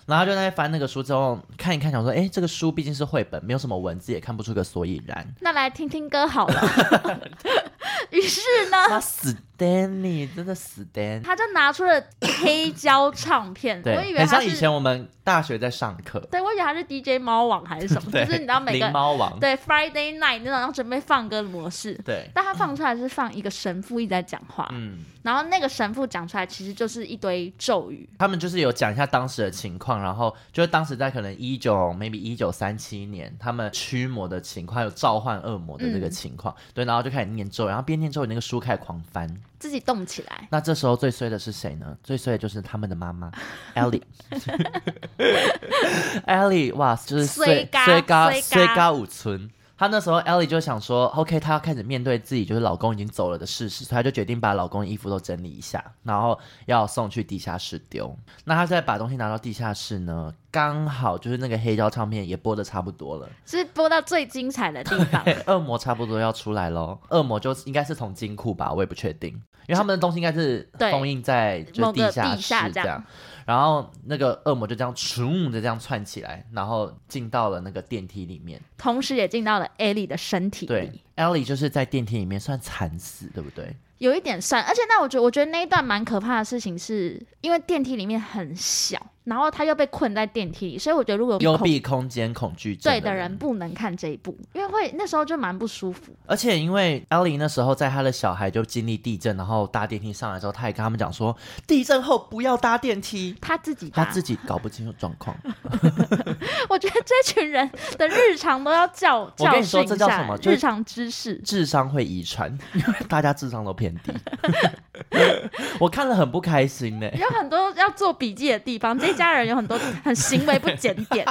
[SPEAKER 2] 然后他就在翻那个书之后看一看，想说，哎，这个书毕竟是绘本，没有什么文字，也看不出个所以然。
[SPEAKER 1] 那来听听歌好了。 于是呢，
[SPEAKER 2] 他死 Danny，真的死 Danny。
[SPEAKER 1] 他就拿出了黑胶唱片，我以
[SPEAKER 2] 对，
[SPEAKER 1] 为
[SPEAKER 2] 很
[SPEAKER 1] 他
[SPEAKER 2] 像
[SPEAKER 1] 是
[SPEAKER 2] 以前我们大学在上课，
[SPEAKER 1] 对，我以为他是 DJ 猫王还是什么，就
[SPEAKER 2] 对，
[SPEAKER 1] 是你知道每
[SPEAKER 2] 灵
[SPEAKER 1] 个
[SPEAKER 2] 猫王，
[SPEAKER 1] 对 Friday night 那种要准备放歌的模式，
[SPEAKER 2] 对，
[SPEAKER 1] 但他放出来是放一个神父一直在讲话，
[SPEAKER 2] 嗯。
[SPEAKER 1] 然后那个神父讲出来其实就是一堆咒语，
[SPEAKER 2] 他们就是有讲一下当时的情况，然后就是当时在可能一九 maybe 一九三七年，他们驱魔的情况，有召唤恶魔的这个情况，对，然后就开始念咒，然后边念咒，那个书开始狂翻。
[SPEAKER 1] 自己动起来。
[SPEAKER 2] 那这时候最衰的是谁呢？最衰的就是他们的 妈妈 Ellie。Ellie，哇，就是
[SPEAKER 1] 衰
[SPEAKER 2] 衰
[SPEAKER 1] 嘎
[SPEAKER 2] 衰嘎
[SPEAKER 1] 衰嘎
[SPEAKER 2] 衰嘎五村。她那时候 Ellie 就想说，OK，她要开始面对自己就是老公已经走了的事实，所以她就决定把老公衣服都整理一下，然后要送去地下室丢。那她再把东西拿到地下室呢，刚好就是那个黑胶唱片也播的差不多了，
[SPEAKER 1] 是播到最精彩的地方。
[SPEAKER 2] 对恶魔差不多要出来喽。恶魔就应该是从金库吧，我也不确定，因为他们的东西应该是
[SPEAKER 1] 对
[SPEAKER 2] 封印在就
[SPEAKER 1] 某
[SPEAKER 2] 是
[SPEAKER 1] 个
[SPEAKER 2] 地下
[SPEAKER 1] 地下
[SPEAKER 2] 室
[SPEAKER 1] 这
[SPEAKER 2] 这
[SPEAKER 1] 样
[SPEAKER 2] 样。然后那个恶魔就这样冲的这样窜起来，然后进到了那个电梯里面。
[SPEAKER 1] 同时也进到了 Ellie 的身体
[SPEAKER 2] 对
[SPEAKER 1] 里，
[SPEAKER 2] ，Ellie 就是在电梯里面算惨死，对不对？
[SPEAKER 1] 有一点算。而且那我觉得，我觉得那一段蛮可怕的事情是，因为电梯里面很小，然后他又被困在电梯里，所以我觉得如果有
[SPEAKER 2] 幽
[SPEAKER 1] 恐
[SPEAKER 2] 闭空间恐惧症
[SPEAKER 1] 对的
[SPEAKER 2] 的
[SPEAKER 1] 人不能看这一部，因为会那时候就蛮不舒服。
[SPEAKER 2] 而且因为 Ellie 那时候在她的小孩就经历地震，然后搭电梯上来之后，她也跟他们讲说，地震后不要搭电梯。
[SPEAKER 1] 他自己
[SPEAKER 2] 她
[SPEAKER 1] 打，
[SPEAKER 2] 自己搞不清楚状况，
[SPEAKER 1] 我觉得这群人的日常都要教
[SPEAKER 2] 我跟
[SPEAKER 1] 教
[SPEAKER 2] 你
[SPEAKER 1] 训
[SPEAKER 2] 说
[SPEAKER 1] 一
[SPEAKER 2] 这叫
[SPEAKER 1] 下
[SPEAKER 2] 什么，就是
[SPEAKER 1] 日常知识。
[SPEAKER 2] 智商会遗传， 因为大家智商都偏低。 我看了很不开心呢、
[SPEAKER 1] 有很多要做笔记的地方，这一家人有很多很行为不检点。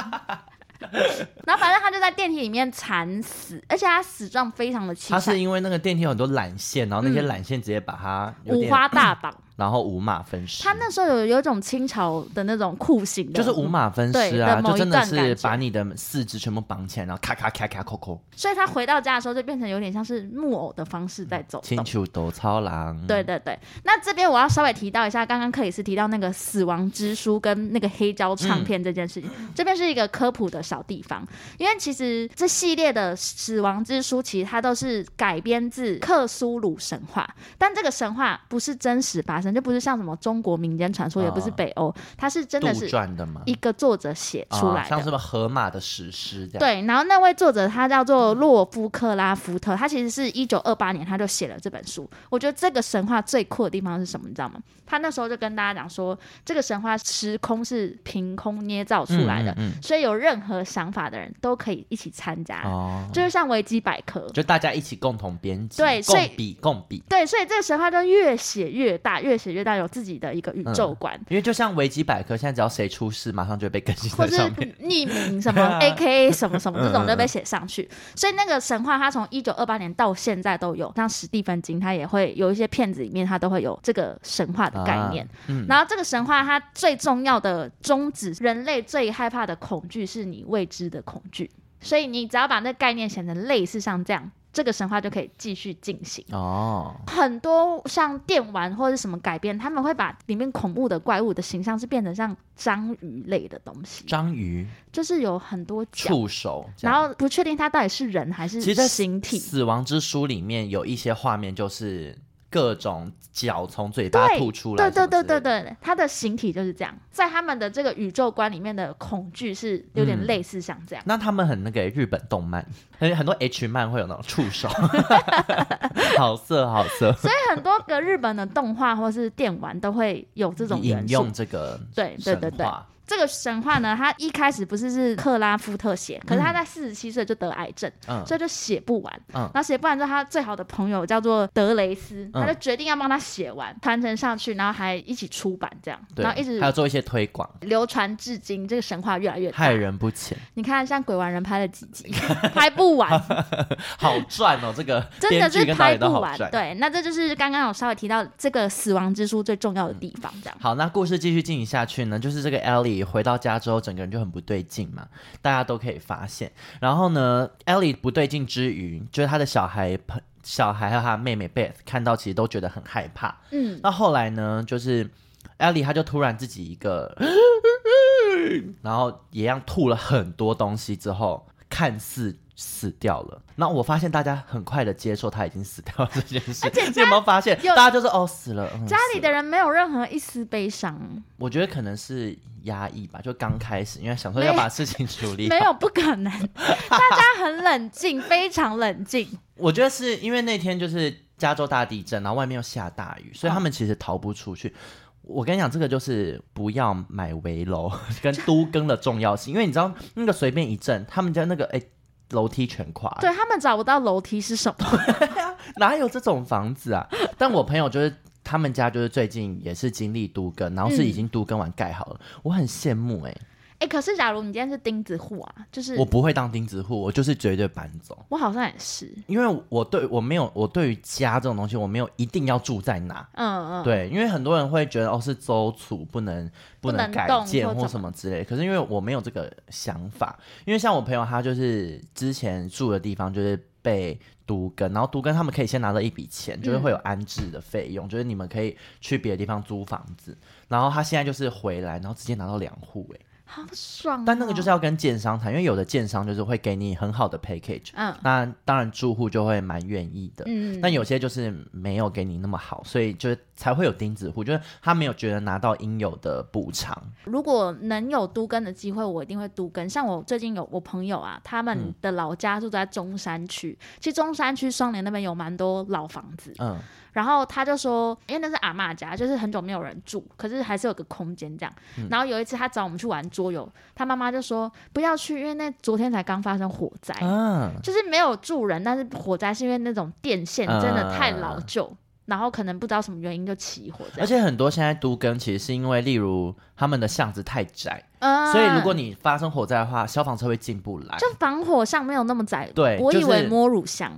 [SPEAKER 1] 然后反正他就在电梯里面惨死，而且他死状非常的凄
[SPEAKER 2] 他是
[SPEAKER 1] 惨，
[SPEAKER 2] 因为那个电梯有很多缆线，然后那些
[SPEAKER 1] 嗯
[SPEAKER 2] 缆线直接把他有
[SPEAKER 1] 五
[SPEAKER 2] 点，嗯
[SPEAKER 1] 花大绑。
[SPEAKER 2] 然后五马分尸。
[SPEAKER 1] 他那时候有有一种清朝的那种酷刑的，
[SPEAKER 2] 就是五，马分尸
[SPEAKER 1] 对
[SPEAKER 2] 啊，
[SPEAKER 1] 的某
[SPEAKER 2] 就
[SPEAKER 1] 一
[SPEAKER 2] 真的
[SPEAKER 1] 段
[SPEAKER 2] 是
[SPEAKER 1] 感觉
[SPEAKER 2] 把你的四肢全部绑起来，然后咔咔咔咔扣扣，
[SPEAKER 1] 所以他回到家的时候就变成有点像是木偶的方式在走
[SPEAKER 2] 清
[SPEAKER 1] 动。
[SPEAKER 2] 楚斗操狼。
[SPEAKER 1] 对对对，那这边我要稍微提到一下，刚刚克里斯提到那个《死亡之书》跟那个黑胶唱片这件事情，
[SPEAKER 2] 嗯
[SPEAKER 1] 这边是一个科普的小地方，因为其实这系列的《死亡之书》其实它都是改编自克苏鲁神话，但这个神话不是真实发生，就不是像什么中国民间传说，也不是
[SPEAKER 2] 啊
[SPEAKER 1] 北欧，它是真的
[SPEAKER 2] 杜
[SPEAKER 1] 是
[SPEAKER 2] 撰的嘛，
[SPEAKER 1] 一个作者写出来
[SPEAKER 2] 啊、
[SPEAKER 1] 的。
[SPEAKER 2] 像什么河马的史诗这样。
[SPEAKER 1] 对，然后那位作者他叫做洛夫克拉福特，他其实是一九二八年他就写了这本书。我觉得这个神话最酷的地方是什么，你知道吗？他那时候就跟大家讲说，这个神话时空是凭空捏造出来的，
[SPEAKER 2] 嗯嗯嗯
[SPEAKER 1] 所以有任何想法的人都可以一起参加，
[SPEAKER 2] 哦，
[SPEAKER 1] 就是像维基百科。
[SPEAKER 2] 就大家一起共同编辑，
[SPEAKER 1] 对所以
[SPEAKER 2] 共笔共笔。
[SPEAKER 1] 对，所以这个神话就越写越大，越写越大，有自己的一个宇
[SPEAKER 2] 嗯
[SPEAKER 1] 宙观。
[SPEAKER 2] 因为就像维基百科，现在只要谁出事，马上就会被更新
[SPEAKER 1] 或
[SPEAKER 2] 在
[SPEAKER 1] 是
[SPEAKER 2] 上面。
[SPEAKER 1] 匿名什么
[SPEAKER 2] 对
[SPEAKER 1] A
[SPEAKER 2] 啊嗯
[SPEAKER 1] K A 什么什么这种就被写上去，所以那个神话它从一九二八年到现在都有，像史蒂芬金他也会有一些片子里面他都会有这个神话的概念。
[SPEAKER 2] 嗯
[SPEAKER 1] 然后这个神话它最重要的宗旨，人类最害怕的恐惧是你未知的恐惧，所以你只要把那概念写成类似像这样，这个神话就可以继续进行。
[SPEAKER 2] 哦，
[SPEAKER 1] 很多像电玩或者什么改编，他们会把里面恐怖的怪物的形象是变成像章鱼类的东西，
[SPEAKER 2] 章鱼、
[SPEAKER 1] 就是有很多脚，
[SPEAKER 2] 触手，这
[SPEAKER 1] 然
[SPEAKER 2] 样
[SPEAKER 1] 后不确定它到底是人还是
[SPEAKER 2] 其实在
[SPEAKER 1] 形
[SPEAKER 2] 《
[SPEAKER 1] 体。
[SPEAKER 2] 死亡之书》里面有一些画面，就是各种脚从嘴巴
[SPEAKER 1] 对
[SPEAKER 2] 吐出来
[SPEAKER 1] 对
[SPEAKER 2] 什么
[SPEAKER 1] 对
[SPEAKER 2] 之类
[SPEAKER 1] 对
[SPEAKER 2] 的，
[SPEAKER 1] 对对，它的形体就是这样，在他们的这个宇宙观里面的恐惧是有点
[SPEAKER 2] 嗯
[SPEAKER 1] 类似像这样。
[SPEAKER 2] 那他们很那个欸日本动漫，很很多 H 漫会有那种触 手，好色好色，
[SPEAKER 1] 所以很多个日本的动画或是电玩都会有这种元
[SPEAKER 2] 引
[SPEAKER 1] 素
[SPEAKER 2] 用。这个
[SPEAKER 1] 对对
[SPEAKER 2] 神
[SPEAKER 1] 对对，
[SPEAKER 2] 话
[SPEAKER 1] 这个神话呢，它一开始不是是克拉夫特写，可是他在四十七岁就得癌症，
[SPEAKER 2] 嗯
[SPEAKER 1] 所以就写不完。
[SPEAKER 2] 嗯
[SPEAKER 1] 然后写不完之后，他最好的朋友叫做德雷斯，
[SPEAKER 2] 嗯
[SPEAKER 1] 他就决定要帮他写完，传承上去，然后还一起出版这样，
[SPEAKER 2] 对，
[SPEAKER 1] 然后一直
[SPEAKER 2] 还有做一些推广，
[SPEAKER 1] 流传至今，这个神话越来越大
[SPEAKER 2] 害。人不浅，
[SPEAKER 1] 你看，像鬼玩人拍了几 集，拍不完，
[SPEAKER 2] 好赚哦！这个
[SPEAKER 1] 真的
[SPEAKER 2] 编剧
[SPEAKER 1] 是
[SPEAKER 2] 跟导
[SPEAKER 1] 拍
[SPEAKER 2] 演都
[SPEAKER 1] 不
[SPEAKER 2] 好
[SPEAKER 1] 完。
[SPEAKER 2] 赚。
[SPEAKER 1] 对，那这就是刚刚有稍微提到这个死亡之书最重要的地方，这样。
[SPEAKER 2] 好，那故事继续进行下去呢，就是这个 Ellie 回到家之后，整个人就很不对劲嘛，大家都可以发现。然后呢，Ellie 不对劲之余，就是她的小孩朋小孩还有她妹妹 Beth 看到，其实都觉得很害怕。
[SPEAKER 1] 嗯，
[SPEAKER 2] 那后来呢，就是艾莉她就突然自己一个，然后一样吐了很多东西之后，看似死掉了。然后我发现大家很快的接受她已经死掉了这件事，
[SPEAKER 1] 而且
[SPEAKER 2] 你有没有发现？
[SPEAKER 1] 有
[SPEAKER 2] 大家就是哦死了，嗯、
[SPEAKER 1] 家
[SPEAKER 2] 死
[SPEAKER 1] 里
[SPEAKER 2] 了
[SPEAKER 1] 的人没有任何一丝悲伤，
[SPEAKER 2] 我觉得可能是压抑吧，就刚开始，因为想说
[SPEAKER 1] 没
[SPEAKER 2] 要把事情处理
[SPEAKER 1] 没
[SPEAKER 2] 好。
[SPEAKER 1] 有不可 能，大家很冷静，非常冷静。
[SPEAKER 2] 我觉得是因为那天就是加州大地震，然后外面又下大雨，
[SPEAKER 1] 嗯
[SPEAKER 2] 所以他们其实逃不出去。我跟你讲，这个就是不要买围楼 跟都更的重要性，因为你知道那个随便一震，他们家那个哎楼梯全垮，
[SPEAKER 1] 对他们找不到楼梯是什么，
[SPEAKER 2] 哪有这种房子啊？但我朋友就是。他
[SPEAKER 1] 嗯
[SPEAKER 2] 们家就是最近也是经历都更，然后是已经都更完盖好了，我很羡慕哎、
[SPEAKER 1] 哎，可是假如你今天是钉子户啊，就是
[SPEAKER 2] 我不会当钉子户，我就是绝对搬走。
[SPEAKER 1] 我好像也是，
[SPEAKER 2] 因为我对我没有，我对于家这种东西，我没有一定要住在哪。
[SPEAKER 1] 嗯嗯，
[SPEAKER 2] 对，因为很多人会觉得哦是租厝不能
[SPEAKER 1] 不能
[SPEAKER 2] 能改
[SPEAKER 1] 动
[SPEAKER 2] 建
[SPEAKER 1] 或
[SPEAKER 2] 或
[SPEAKER 1] 怎
[SPEAKER 2] 什么之类，可是因为我没有这个想法，因为像我朋友他就是之前住的地方就是被独根，然后独根他们可以先拿到一笔钱，就是会有安置的费
[SPEAKER 1] 嗯
[SPEAKER 2] 用，就是你们可以去别的地方租房子，然后他现在就是回来，然后直接拿到两户哎，
[SPEAKER 1] 好爽哦。
[SPEAKER 2] 但那个就是要跟建商谈，因为有的建商就是会给你很好的 package，
[SPEAKER 1] 嗯
[SPEAKER 2] 那当然住户就会蛮愿意的，
[SPEAKER 1] 嗯，
[SPEAKER 2] 但有些就是没有给你那么好，所以就是才会有钉子户，就是他没有觉得拿到应有的补偿。
[SPEAKER 1] 如果能有都更的机会，我一定会都更。像我最近有我朋友啊，他
[SPEAKER 2] 嗯
[SPEAKER 1] 们的老家住在中山区，其实中山区双连那边有蛮多老房子，
[SPEAKER 2] 嗯，
[SPEAKER 1] 然后他就说，因为那是阿嬷家，就是很久没有人住，可是还是有个空间这样。
[SPEAKER 2] 嗯
[SPEAKER 1] 然后有一次他找我们去玩桌游，他妈妈就说不要去，因为那昨天才刚发生火灾，
[SPEAKER 2] 啊，
[SPEAKER 1] 就是没有住人，但是火灾是因为那种电线真的太老旧，然后可能不知道什么原因就起火这
[SPEAKER 2] 啊而
[SPEAKER 1] 样。
[SPEAKER 2] 且很多现在都更其实是因为，例如他们的巷子太窄，
[SPEAKER 1] 嗯
[SPEAKER 2] 所以如果你发生火灾的话，消防车会进不来。
[SPEAKER 1] 就防火巷没有那么窄，
[SPEAKER 2] 对
[SPEAKER 1] 我以
[SPEAKER 2] 就是
[SPEAKER 1] 为摸乳巷，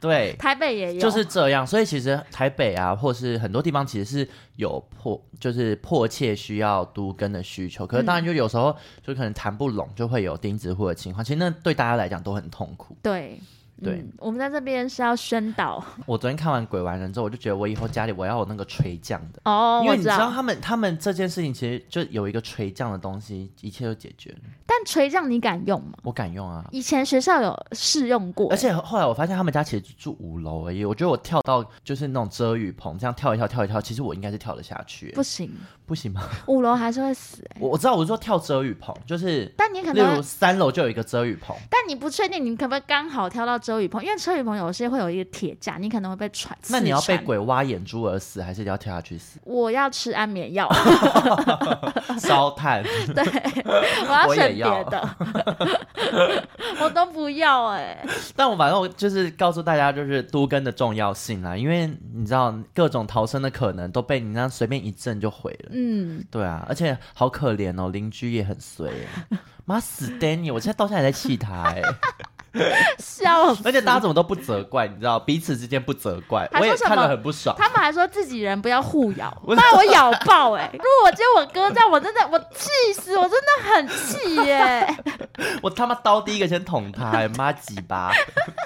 [SPEAKER 2] 对，
[SPEAKER 1] 台北也有，
[SPEAKER 2] 就是这样。所以其实台北啊，或是很多地方其实是有迫，就是迫切需要都更的需求。可是当然就有时候就可能谈不拢，就会有钉子户的情况。其实那对大家来讲都很痛苦。
[SPEAKER 1] 对。
[SPEAKER 2] 对
[SPEAKER 1] 嗯，我们在这边是要宣导
[SPEAKER 2] 我昨天看完《鬼玩人》之后，我就觉得我以后家里我要有那个垂降的，
[SPEAKER 1] 哦，
[SPEAKER 2] 因为
[SPEAKER 1] 我
[SPEAKER 2] 你
[SPEAKER 1] 知
[SPEAKER 2] 知道
[SPEAKER 1] 道，
[SPEAKER 2] 他们他们这件事情其实就有一个垂降的东西，一切都解决了。
[SPEAKER 1] 但垂降你敢用吗？
[SPEAKER 2] 我敢用啊！
[SPEAKER 1] 以前学校有试用过，
[SPEAKER 2] 而且后来我发现他们家其实住五楼而已，我觉得我跳到就是那种遮雨棚，这样跳一跳跳一跳，其实我应该是跳得下去。欸
[SPEAKER 1] 不行，
[SPEAKER 2] 不行吗？
[SPEAKER 1] 五楼还是会死、欸。
[SPEAKER 2] 我我知道，我是说跳遮雨棚，就是
[SPEAKER 1] 但你可
[SPEAKER 2] 例如
[SPEAKER 1] 能，
[SPEAKER 2] 三楼就有一个遮雨棚，
[SPEAKER 1] 但你不确定你可不可以刚好跳到遮雨棚，因为遮雨棚有些会有一个铁架，你可能会被传。
[SPEAKER 2] 那你要
[SPEAKER 1] 刺
[SPEAKER 2] 被
[SPEAKER 1] 穿
[SPEAKER 2] 鬼挖眼珠而死，还是你要跳下 去死？
[SPEAKER 1] 我要吃安眠 药，
[SPEAKER 2] 烧炭。
[SPEAKER 1] 对，我要
[SPEAKER 2] 我也
[SPEAKER 1] 选别
[SPEAKER 2] 要
[SPEAKER 1] 的， 我都不要哎、
[SPEAKER 2] 但我反正我就是告诉大家，就是都根的重要性啦，因为你知道各种逃生的可能都被你那样随便一震就毁了。
[SPEAKER 1] 嗯，
[SPEAKER 2] 对啊，而且好可怜哦，邻居也很衰耶。妈死 Danny，我现在到现在还在气他 哎，
[SPEAKER 1] 笑死。
[SPEAKER 2] 而且大家怎么都不责怪，你知道彼此之间不责怪，
[SPEAKER 1] 还
[SPEAKER 2] 我
[SPEAKER 1] 说
[SPEAKER 2] 也
[SPEAKER 1] 什么
[SPEAKER 2] 看了很不爽。
[SPEAKER 1] 他们还说自己人不要互咬， 把我咬爆哎、如果我今天我哥在，我真的我气死，我真的很气耶、
[SPEAKER 2] 我他妈刀第一个先捅他哎，妈几巴，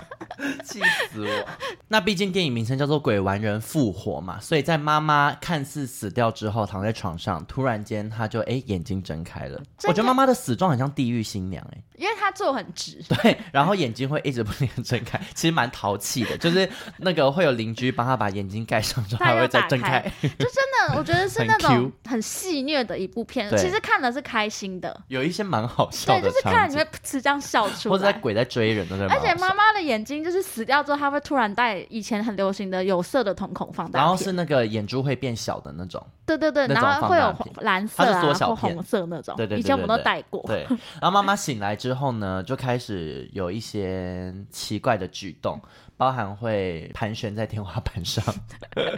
[SPEAKER 2] 气死我！那毕竟电影名称叫做《鬼玩人复活》嘛，所以在妈妈看似死掉之后，躺在床上，突然间她就哎、眼睛睁开了。
[SPEAKER 1] 开
[SPEAKER 2] 我觉得妈妈的死状很像地狱新娘哎、
[SPEAKER 1] 因为他坐很直，
[SPEAKER 2] 对，然后眼睛会一直不停地睁开，其实蛮淘气的，就是那个会有邻居帮她把眼睛盖上之后，
[SPEAKER 1] 她
[SPEAKER 2] 她
[SPEAKER 1] 又
[SPEAKER 2] 会再
[SPEAKER 1] 打
[SPEAKER 2] 睁
[SPEAKER 1] 开
[SPEAKER 2] 开。
[SPEAKER 1] 就真的我觉得是
[SPEAKER 2] 很
[SPEAKER 1] 那种
[SPEAKER 2] Q
[SPEAKER 1] 很戏虐的一部片，
[SPEAKER 2] 对
[SPEAKER 1] 其实看了是开心的，
[SPEAKER 2] 有一些蛮好笑
[SPEAKER 1] 对，
[SPEAKER 2] 的
[SPEAKER 1] 就是看了
[SPEAKER 2] 场
[SPEAKER 1] 你
[SPEAKER 2] 景
[SPEAKER 1] 会，噗嗤这样笑出
[SPEAKER 2] 或者在
[SPEAKER 1] 来。
[SPEAKER 2] 鬼在追人的那种。
[SPEAKER 1] 而且妈妈的眼睛就是死掉之后，她会突然戴以前很流行的有色的瞳孔放大
[SPEAKER 2] 然后
[SPEAKER 1] 片
[SPEAKER 2] 是那个眼珠会变小的那种。
[SPEAKER 1] 对对对，
[SPEAKER 2] 那种
[SPEAKER 1] 然后会有
[SPEAKER 2] 放大片
[SPEAKER 1] 蓝色
[SPEAKER 2] 它是
[SPEAKER 1] 啊
[SPEAKER 2] 缩小
[SPEAKER 1] 或
[SPEAKER 2] 片
[SPEAKER 1] 红色那种，
[SPEAKER 2] 对对对
[SPEAKER 1] 以前我们都
[SPEAKER 2] 对对
[SPEAKER 1] 戴过。
[SPEAKER 2] 对，然后妈妈醒来之后呢，就开始有一些奇怪的举动，包含会盘旋在天花板上，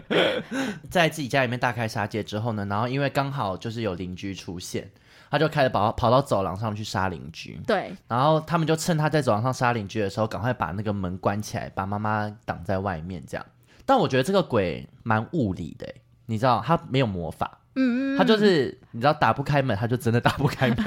[SPEAKER 2] 在自己家里面大开杀戒之后呢，然后因为刚好就是有邻居出现，他就开始跑跑到走廊上去杀邻居。
[SPEAKER 1] 对
[SPEAKER 2] 然后他们就趁他在走廊上杀邻居的时候，赶快把那个门关起来，把妈妈挡在外面这样。但我觉得这个鬼蛮物理的欸，你知道，他没有魔法，
[SPEAKER 1] 嗯嗯，
[SPEAKER 2] 他就是你知道打不开门，他就真的打不开门。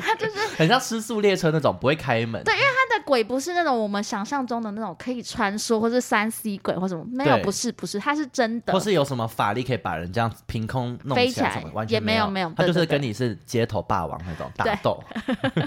[SPEAKER 1] 他就是
[SPEAKER 2] 很像失速列车那种不会开门。
[SPEAKER 1] 对他的鬼不是那种我们想象中的那种可以穿梭或是三 C 鬼或什么，没有，
[SPEAKER 2] 对
[SPEAKER 1] 不是不是，他是真的
[SPEAKER 2] 或。是有什么法力可以把人这样凭空弄
[SPEAKER 1] 飞
[SPEAKER 2] 起来
[SPEAKER 1] 起
[SPEAKER 2] 什
[SPEAKER 1] 来
[SPEAKER 2] 么？完
[SPEAKER 1] 也
[SPEAKER 2] 全
[SPEAKER 1] 没有
[SPEAKER 2] 有
[SPEAKER 1] 没有
[SPEAKER 2] 他
[SPEAKER 1] 对
[SPEAKER 2] 就是
[SPEAKER 1] 对对
[SPEAKER 2] 跟你是街头霸王那种打
[SPEAKER 1] 对
[SPEAKER 2] 斗，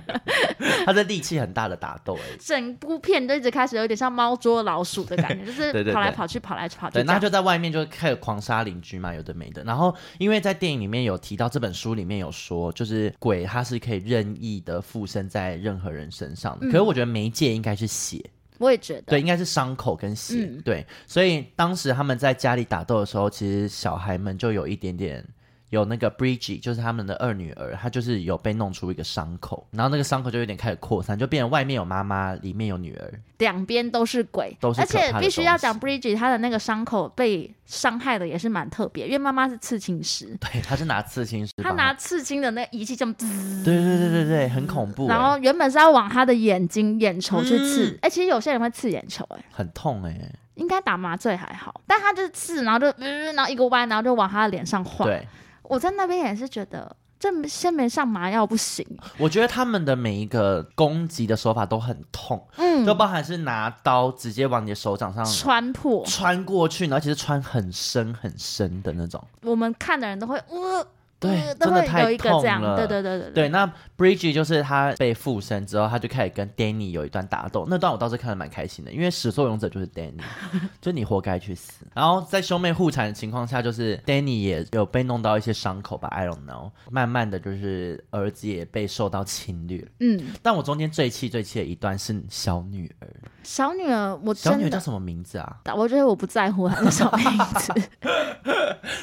[SPEAKER 2] 他是力气很大的打斗而已。
[SPEAKER 1] 整部片就一直开始有点像猫捉老鼠的感觉，就
[SPEAKER 2] 对
[SPEAKER 1] 是
[SPEAKER 2] 对
[SPEAKER 1] 跑来
[SPEAKER 2] 对
[SPEAKER 1] 跑去，跑来跑去
[SPEAKER 2] 对，
[SPEAKER 1] 啊这
[SPEAKER 2] 那
[SPEAKER 1] 样。
[SPEAKER 2] 就在外面就开始狂杀邻居嘛，有的没的。然后因为在电影里面有提到，这本书里面有说，就是鬼它是可以任意的附身在任何人身上
[SPEAKER 1] 嗯
[SPEAKER 2] 的。可是我觉得媒介应该是血，
[SPEAKER 1] 我也觉得
[SPEAKER 2] 对，，应该是伤口跟血。
[SPEAKER 1] 嗯
[SPEAKER 2] 对，所以当时他们在家里打斗的时候，其实小孩们就有一点点。有那个 Bridgie，就是他们的二女儿，她就是有被弄出一个伤口，然后那个伤口就有点开始扩散，就变成外面有妈妈，里面有女儿。
[SPEAKER 1] 两边都是鬼，
[SPEAKER 2] 都是
[SPEAKER 1] 而
[SPEAKER 2] 可
[SPEAKER 1] 且
[SPEAKER 2] 怕的
[SPEAKER 1] 必须要
[SPEAKER 2] 东西
[SPEAKER 1] 讲 Bridget 她的那个伤口被伤害的也是蛮特别，因为妈妈是刺青师，
[SPEAKER 2] 对，她是拿刺青师
[SPEAKER 1] 她
[SPEAKER 2] 帮她，
[SPEAKER 1] 拿刺青的那个仪器这么滋，
[SPEAKER 2] 对对对对对，很恐怖欸、
[SPEAKER 1] 嗯然后原本是要往她的眼睛眼球去刺，哎、
[SPEAKER 2] 嗯
[SPEAKER 1] 其实有些人会刺眼球、哎，
[SPEAKER 2] 很痛哎、
[SPEAKER 1] 应该打麻醉还好，但她就是刺，然后就、呃然后一个弯，然后就往她的脸上晃。
[SPEAKER 2] 对，
[SPEAKER 1] 我在那边也是觉得。这先没上麻药不行，
[SPEAKER 2] 我觉得他们的每一个攻击的手法都很痛，
[SPEAKER 1] 嗯
[SPEAKER 2] 就，包含是拿刀直接往你的手掌上
[SPEAKER 1] 穿破，
[SPEAKER 2] 穿过去，然后其实穿很深很深的那种。
[SPEAKER 1] 我们看的人都会，呃，
[SPEAKER 2] 对
[SPEAKER 1] 呃都
[SPEAKER 2] 真的
[SPEAKER 1] 会
[SPEAKER 2] 太
[SPEAKER 1] 有一个这样，
[SPEAKER 2] 痛了
[SPEAKER 1] 对对对对
[SPEAKER 2] 对，那 Bridgie 就是她被附身之后，她就开始跟 Danny 有一段打斗。那段我倒是看得蛮开心的，因为始作俑者就是 Danny，就你活该去死。然后在兄妹互缠的情况下，就是 Danny 也有被弄到一些伤口吧，I don't know。慢慢的就是儿子也被受到侵略。
[SPEAKER 1] 嗯，
[SPEAKER 2] 但我中间最气最气的一段是小女儿，
[SPEAKER 1] 小女儿，我
[SPEAKER 2] 小
[SPEAKER 1] 哦真
[SPEAKER 2] 女儿
[SPEAKER 1] 的
[SPEAKER 2] 叫什么名字啊？
[SPEAKER 1] 我觉得我不在乎他的什么名字，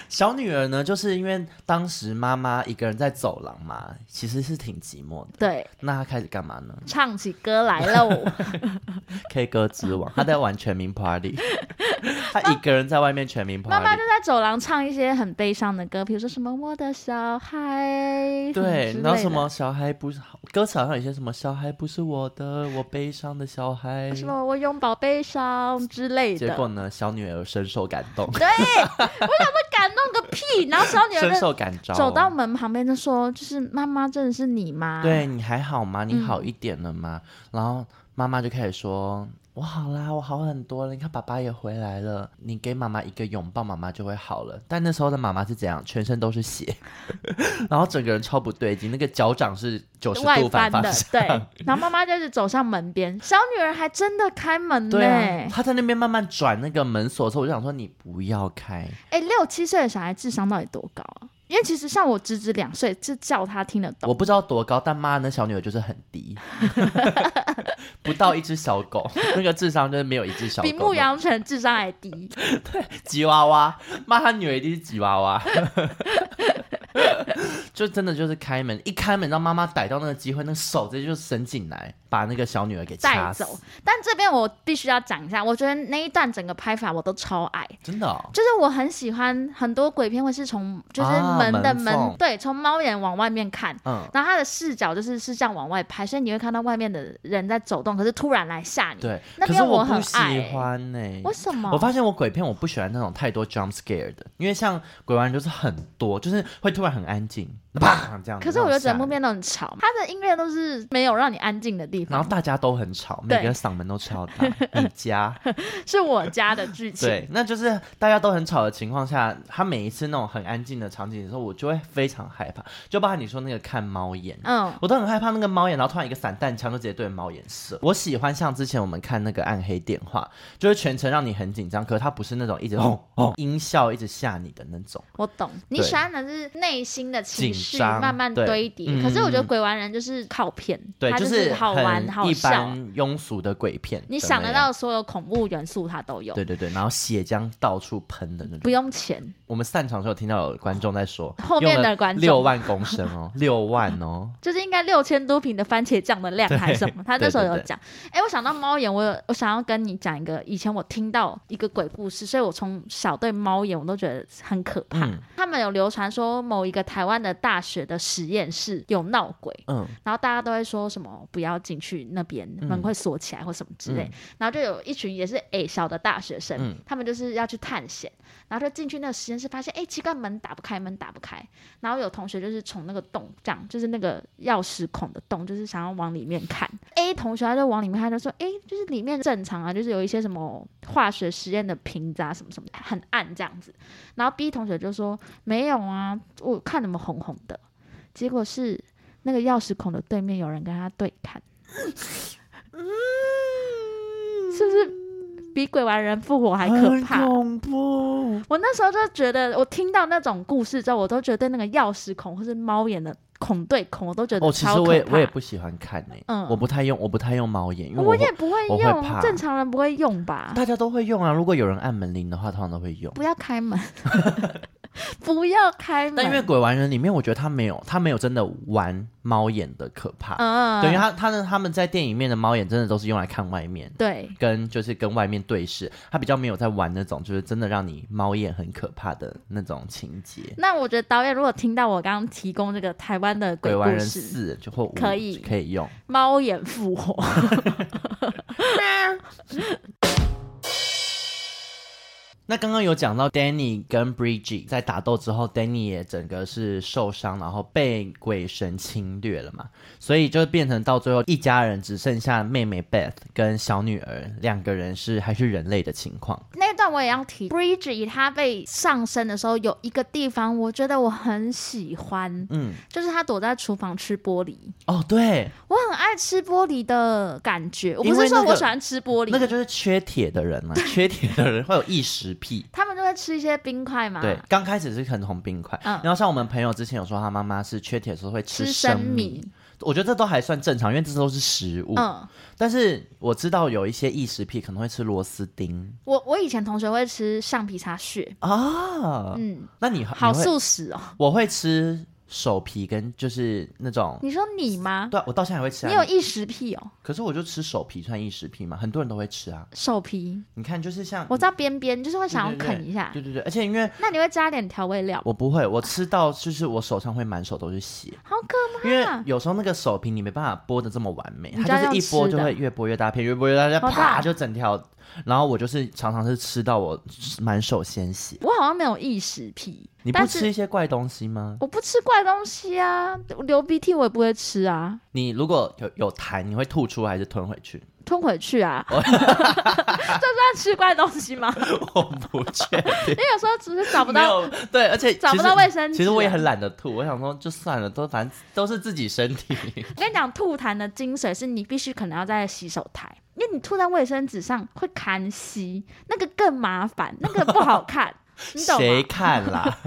[SPEAKER 2] 小女儿呢，就是因为当时妈妈一个人在走廊嘛，其实是挺寂寞的。
[SPEAKER 1] 对，
[SPEAKER 2] 那她开始干嘛呢
[SPEAKER 1] 唱起歌来喽。
[SPEAKER 2] ？K 歌之王，她在玩全 民 Party，她一个人在外面全民
[SPEAKER 1] 妈妈
[SPEAKER 2] Party
[SPEAKER 1] 就。在走廊唱一些很悲伤的歌，比如说什么“我的小孩”
[SPEAKER 2] 对
[SPEAKER 1] 之，类
[SPEAKER 2] 然后
[SPEAKER 1] 的
[SPEAKER 2] 什么小孩不是歌词好像有些什么小孩不是我的，我悲伤的小孩。
[SPEAKER 1] 什么“我拥抱悲伤”之类
[SPEAKER 2] 结
[SPEAKER 1] 的。
[SPEAKER 2] 果呢，小女儿深受感动，
[SPEAKER 1] 对，我想说感动个屁。然后小女
[SPEAKER 2] 深
[SPEAKER 1] 儿就
[SPEAKER 2] 受感召。哦
[SPEAKER 1] 走到门旁边就说：“就是妈妈，嗯真的是你吗？”
[SPEAKER 2] 对你还好吗？你好一点了吗？然后妈妈就开始说：“我好啦，我好很多了。你看爸爸也回来了，你给妈妈一个拥抱，妈妈就会好了。”但那时候的妈妈是怎样？全身都是血， 然后整个人超不对劲，那个脚掌是九十
[SPEAKER 1] 外
[SPEAKER 2] 度
[SPEAKER 1] 翻
[SPEAKER 2] 反方
[SPEAKER 1] 的
[SPEAKER 2] 向，。
[SPEAKER 1] 对，然后妈妈就是走向门边，小女儿还真的开门呢、
[SPEAKER 2] 对啊，他在那边慢慢转那个门锁的时候，我就想说你不要开，
[SPEAKER 1] 哎、六七岁的小孩智商到底多高啊？因为其实像我侄子两岁，是叫他听得
[SPEAKER 2] 我
[SPEAKER 1] 懂。
[SPEAKER 2] 不知道多高，但妈那小女儿就是很低， 不到一只小狗，那个智商就是没有一只小狗
[SPEAKER 1] 比
[SPEAKER 2] 那种，
[SPEAKER 1] 牧羊犬智商还 低，
[SPEAKER 2] 吉娃娃，骂他女儿一定是吉娃娃。 就真的就是开门，一开门让妈妈逮到那个机会，那手直接就伸进来，把那个小女儿给掐
[SPEAKER 1] 带
[SPEAKER 2] 死。
[SPEAKER 1] 走。但这边我必须要讲一下，我觉得那一段整个拍法我都超爱，
[SPEAKER 2] 真的、哦，
[SPEAKER 1] 就是我很喜欢很多鬼片会是从就是
[SPEAKER 2] 啊
[SPEAKER 1] 门的
[SPEAKER 2] 门
[SPEAKER 1] 门,、
[SPEAKER 2] 缝
[SPEAKER 1] 对，从猫眼往外面看，
[SPEAKER 2] 嗯，
[SPEAKER 1] 然后他的视角就是是这样往外拍，所以你会看到外面的人在走动，可是突然来吓你。
[SPEAKER 2] 对。
[SPEAKER 1] 那
[SPEAKER 2] 可
[SPEAKER 1] 边
[SPEAKER 2] 是
[SPEAKER 1] 我
[SPEAKER 2] 不
[SPEAKER 1] 很
[SPEAKER 2] 喜
[SPEAKER 1] 爱
[SPEAKER 2] 欢呢、
[SPEAKER 1] 为什么？
[SPEAKER 2] 我发现我鬼片我不喜欢那种太多 jump scare 的，因为像鬼玩就是很多，就是会突然很安静，啪这样子。
[SPEAKER 1] 可是我觉
[SPEAKER 2] 让
[SPEAKER 1] 得
[SPEAKER 2] 吓
[SPEAKER 1] 整部
[SPEAKER 2] 人，
[SPEAKER 1] 片都很吵，他的音乐都是没有让你安静的地
[SPEAKER 2] 然
[SPEAKER 1] 方
[SPEAKER 2] 后，大家都 很吵，每个
[SPEAKER 1] 对
[SPEAKER 2] 人嗓门都超大。 你家，
[SPEAKER 1] 是我家的剧情。
[SPEAKER 2] 对，那就是大家都很吵的情况下，他每一次那种很安静的场景的时候，我就会非常害怕。就包含你说那个看猫眼，
[SPEAKER 1] 嗯，
[SPEAKER 2] 我都很害怕那个猫眼，然后突然一个散弹枪就直接对猫眼射。我喜欢像之前我们看那个《暗黑电话》，就是全程让你很紧张，可是它不是那种一直轰轰音效一直吓你的那种。
[SPEAKER 1] 我懂，你
[SPEAKER 2] 对
[SPEAKER 1] 喜欢的是内心的情绪
[SPEAKER 2] 紧张
[SPEAKER 1] 慢慢
[SPEAKER 2] 对
[SPEAKER 1] 堆叠。
[SPEAKER 2] 嗯
[SPEAKER 1] 可是我觉得鬼玩人就是靠骗，
[SPEAKER 2] 对，
[SPEAKER 1] 它
[SPEAKER 2] 就是
[SPEAKER 1] 好玩
[SPEAKER 2] 很
[SPEAKER 1] 好
[SPEAKER 2] 一
[SPEAKER 1] 笑
[SPEAKER 2] 般，庸俗的鬼片，
[SPEAKER 1] 你
[SPEAKER 2] 怎
[SPEAKER 1] 想
[SPEAKER 2] 么
[SPEAKER 1] 得
[SPEAKER 2] 样？
[SPEAKER 1] 到所有恐怖元素它都有，
[SPEAKER 2] 对对对，然后血浆到处喷的那种
[SPEAKER 1] 不。用钱。
[SPEAKER 2] 我们散场的时候听到有观众在说，
[SPEAKER 1] 后面的观众
[SPEAKER 2] 六万公升哦，六万哦，
[SPEAKER 1] 就是应该六千多瓶的番茄酱的量还是什么？他那时候有讲，哎、我想到猫眼，我有我想要跟你讲一个，以前我听到一个鬼故事，所以我从小对猫眼我都觉得很可怕。
[SPEAKER 2] 嗯
[SPEAKER 1] 他们有流传说某一个台湾的大学的实验室有闹鬼，
[SPEAKER 2] 嗯，
[SPEAKER 1] 然后大家都会说什么不要进去那边，门会锁起来或什么之类。
[SPEAKER 2] 嗯
[SPEAKER 1] 然后就有一群也是诶小的大学生，
[SPEAKER 2] 嗯
[SPEAKER 1] 他们就是要去探险，然后就进去那个实验室，发现诶奇怪门打不开，门打不开。然后有同学就是从那个洞这样，就是那个钥匙孔的洞，就是想要往里面看。A 同学他就往里面看，他就说诶就是里面正常啊，就是有一些什么化学实验的瓶子啊什么什么的，很暗这样子。然后 B 同学就说没有啊，我看你们红红的，结果是那个钥匙孔的对面有人跟他对看，是不是比鬼玩人复活还可怕
[SPEAKER 2] 很？恐怖。
[SPEAKER 1] 我那时候就觉得，我听到那种故事之后，我都觉得对那个钥匙孔或是猫眼的孔对孔，我都觉得
[SPEAKER 2] 哦，其
[SPEAKER 1] 超
[SPEAKER 2] 实
[SPEAKER 1] 可怕。
[SPEAKER 2] 我也我也不喜欢看呢、
[SPEAKER 1] 嗯
[SPEAKER 2] 我不太用，我不太用猫眼，因为
[SPEAKER 1] 我
[SPEAKER 2] 我会
[SPEAKER 1] 也不会
[SPEAKER 2] 我会
[SPEAKER 1] 用，
[SPEAKER 2] 怕
[SPEAKER 1] 正常人不会用吧？
[SPEAKER 2] 大家都会用啊。如果有人按门铃的话，通常都会用。
[SPEAKER 1] 不要开门。 不要开门。
[SPEAKER 2] 但因为鬼玩人里面，我觉得他没有，他没有真的玩猫眼的可怕。
[SPEAKER 1] 嗯，
[SPEAKER 2] 等于他他的他们在电影面的猫眼，真的都是用来看外面，
[SPEAKER 1] 对
[SPEAKER 2] 跟就是跟外面对视。他比较没有在玩那种，就是真的让你猫眼很可怕的那种情节。
[SPEAKER 1] 那我觉得导演如果听到我刚刚提供这个台湾的
[SPEAKER 2] 鬼玩
[SPEAKER 1] 故
[SPEAKER 2] 人
[SPEAKER 1] 事，
[SPEAKER 2] 四就或五
[SPEAKER 1] 可以
[SPEAKER 2] 可以用。
[SPEAKER 1] 猫眼复活。
[SPEAKER 2] 那刚刚有讲到 Danny 跟 Bridget 在打斗之后，Danny 也整个是受伤，然后被鬼神侵略了嘛，所以就变成到最后一家人只剩下妹妹 Beth 跟小女儿两个人是还是人类的情况。
[SPEAKER 1] 那一段我也要提，Bridget 她被上身的时候，有一个地方我觉得我很喜欢，
[SPEAKER 2] 嗯，
[SPEAKER 1] 就是她躲在厨房吃玻璃。
[SPEAKER 2] 哦，对，
[SPEAKER 1] 我很爱吃玻璃的感觉，我
[SPEAKER 2] 因
[SPEAKER 1] 不
[SPEAKER 2] 为
[SPEAKER 1] 是说
[SPEAKER 2] 那个
[SPEAKER 1] 我喜欢吃玻璃，
[SPEAKER 2] 那个就是缺铁 的人嘛，啊缺铁的人会有异食癖。
[SPEAKER 1] 他们就会吃一些冰块嘛。
[SPEAKER 2] 对，刚开始是很红冰块，
[SPEAKER 1] 啊嗯
[SPEAKER 2] 然后像我们朋友之前有说，他妈妈是缺铁的时候会吃
[SPEAKER 1] 吃
[SPEAKER 2] 生
[SPEAKER 1] 生米，
[SPEAKER 2] 我觉得这都还算正常，因为这都是食物。
[SPEAKER 1] 嗯，
[SPEAKER 2] 但是我知道有一些异食癖可能会吃螺丝钉
[SPEAKER 1] 我我以前同学会吃橡皮擦屑，
[SPEAKER 2] 啊，
[SPEAKER 1] 嗯，
[SPEAKER 2] 那你你
[SPEAKER 1] 好
[SPEAKER 2] 会啊
[SPEAKER 1] 素食哦。
[SPEAKER 2] 我会吃手皮跟就是那种，
[SPEAKER 1] 你说你吗？
[SPEAKER 2] 对啊、我到现在还会吃、
[SPEAKER 1] 你有
[SPEAKER 2] 啊。
[SPEAKER 1] 异食癖哦，
[SPEAKER 2] 可是我就吃手皮算异食癖嘛，很多人都会吃啊。
[SPEAKER 1] 手皮，
[SPEAKER 2] 你看，就是像
[SPEAKER 1] 我知道边边就是会
[SPEAKER 2] 对
[SPEAKER 1] 想要
[SPEAKER 2] 对对
[SPEAKER 1] 啃一下。
[SPEAKER 2] 嗯对对对，而且因为
[SPEAKER 1] 那你会加点调味料，
[SPEAKER 2] 我不会，我吃到就是我手上会满手都是血，
[SPEAKER 1] 好可怕。
[SPEAKER 2] 因为有时候那个手皮你没办法剥的这么完美，
[SPEAKER 1] 你就
[SPEAKER 2] 它
[SPEAKER 1] 要
[SPEAKER 2] 就是一剥
[SPEAKER 1] 用吃
[SPEAKER 2] 就
[SPEAKER 1] 的
[SPEAKER 2] 会越剥越大片，越剥越大片，
[SPEAKER 1] 好
[SPEAKER 2] 啪
[SPEAKER 1] 大
[SPEAKER 2] 就整条。然后我就是常常是吃到我满手鲜血。
[SPEAKER 1] 我好像没有异食癖，
[SPEAKER 2] 你不
[SPEAKER 1] 但
[SPEAKER 2] 吃
[SPEAKER 1] 是
[SPEAKER 2] 一些怪东西吗？
[SPEAKER 1] 我不吃怪东西啊，流鼻涕我也不会吃啊，
[SPEAKER 2] 你如果有有痰，你会吐出还是吞回去？
[SPEAKER 1] 吞回去啊。
[SPEAKER 2] 哦
[SPEAKER 1] 这算吃怪东西吗？
[SPEAKER 2] 我不确定，
[SPEAKER 1] 因为有时候只是找不
[SPEAKER 2] 没
[SPEAKER 1] 到
[SPEAKER 2] 有对，而且
[SPEAKER 1] 找
[SPEAKER 2] 其
[SPEAKER 1] 不
[SPEAKER 2] 实
[SPEAKER 1] 到卫生纸啊
[SPEAKER 2] 其实我也很懒得吐，我想说就算了，都反正都是自己身体。
[SPEAKER 1] 我跟 你讲，吐痰的精髓是你必须可能要在洗手台，因为你吐在卫生纸上会痰吸，那个更麻烦，那个不好 看，你懂
[SPEAKER 2] 谁
[SPEAKER 1] 吗？
[SPEAKER 2] 看啦？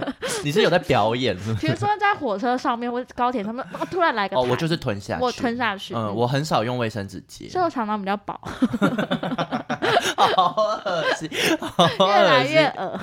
[SPEAKER 2] 你是有在表演是不
[SPEAKER 1] 比
[SPEAKER 2] 是？
[SPEAKER 1] 如说在火车上面或者高铁上面，哦突然来个痰，
[SPEAKER 2] 哦，我就是吞下去，
[SPEAKER 1] 我吞下去，
[SPEAKER 2] 嗯，我很少用卫生纸接，
[SPEAKER 1] 所以我肠道比较 饱，
[SPEAKER 2] 好恶心，好恶心
[SPEAKER 1] 越来越恶。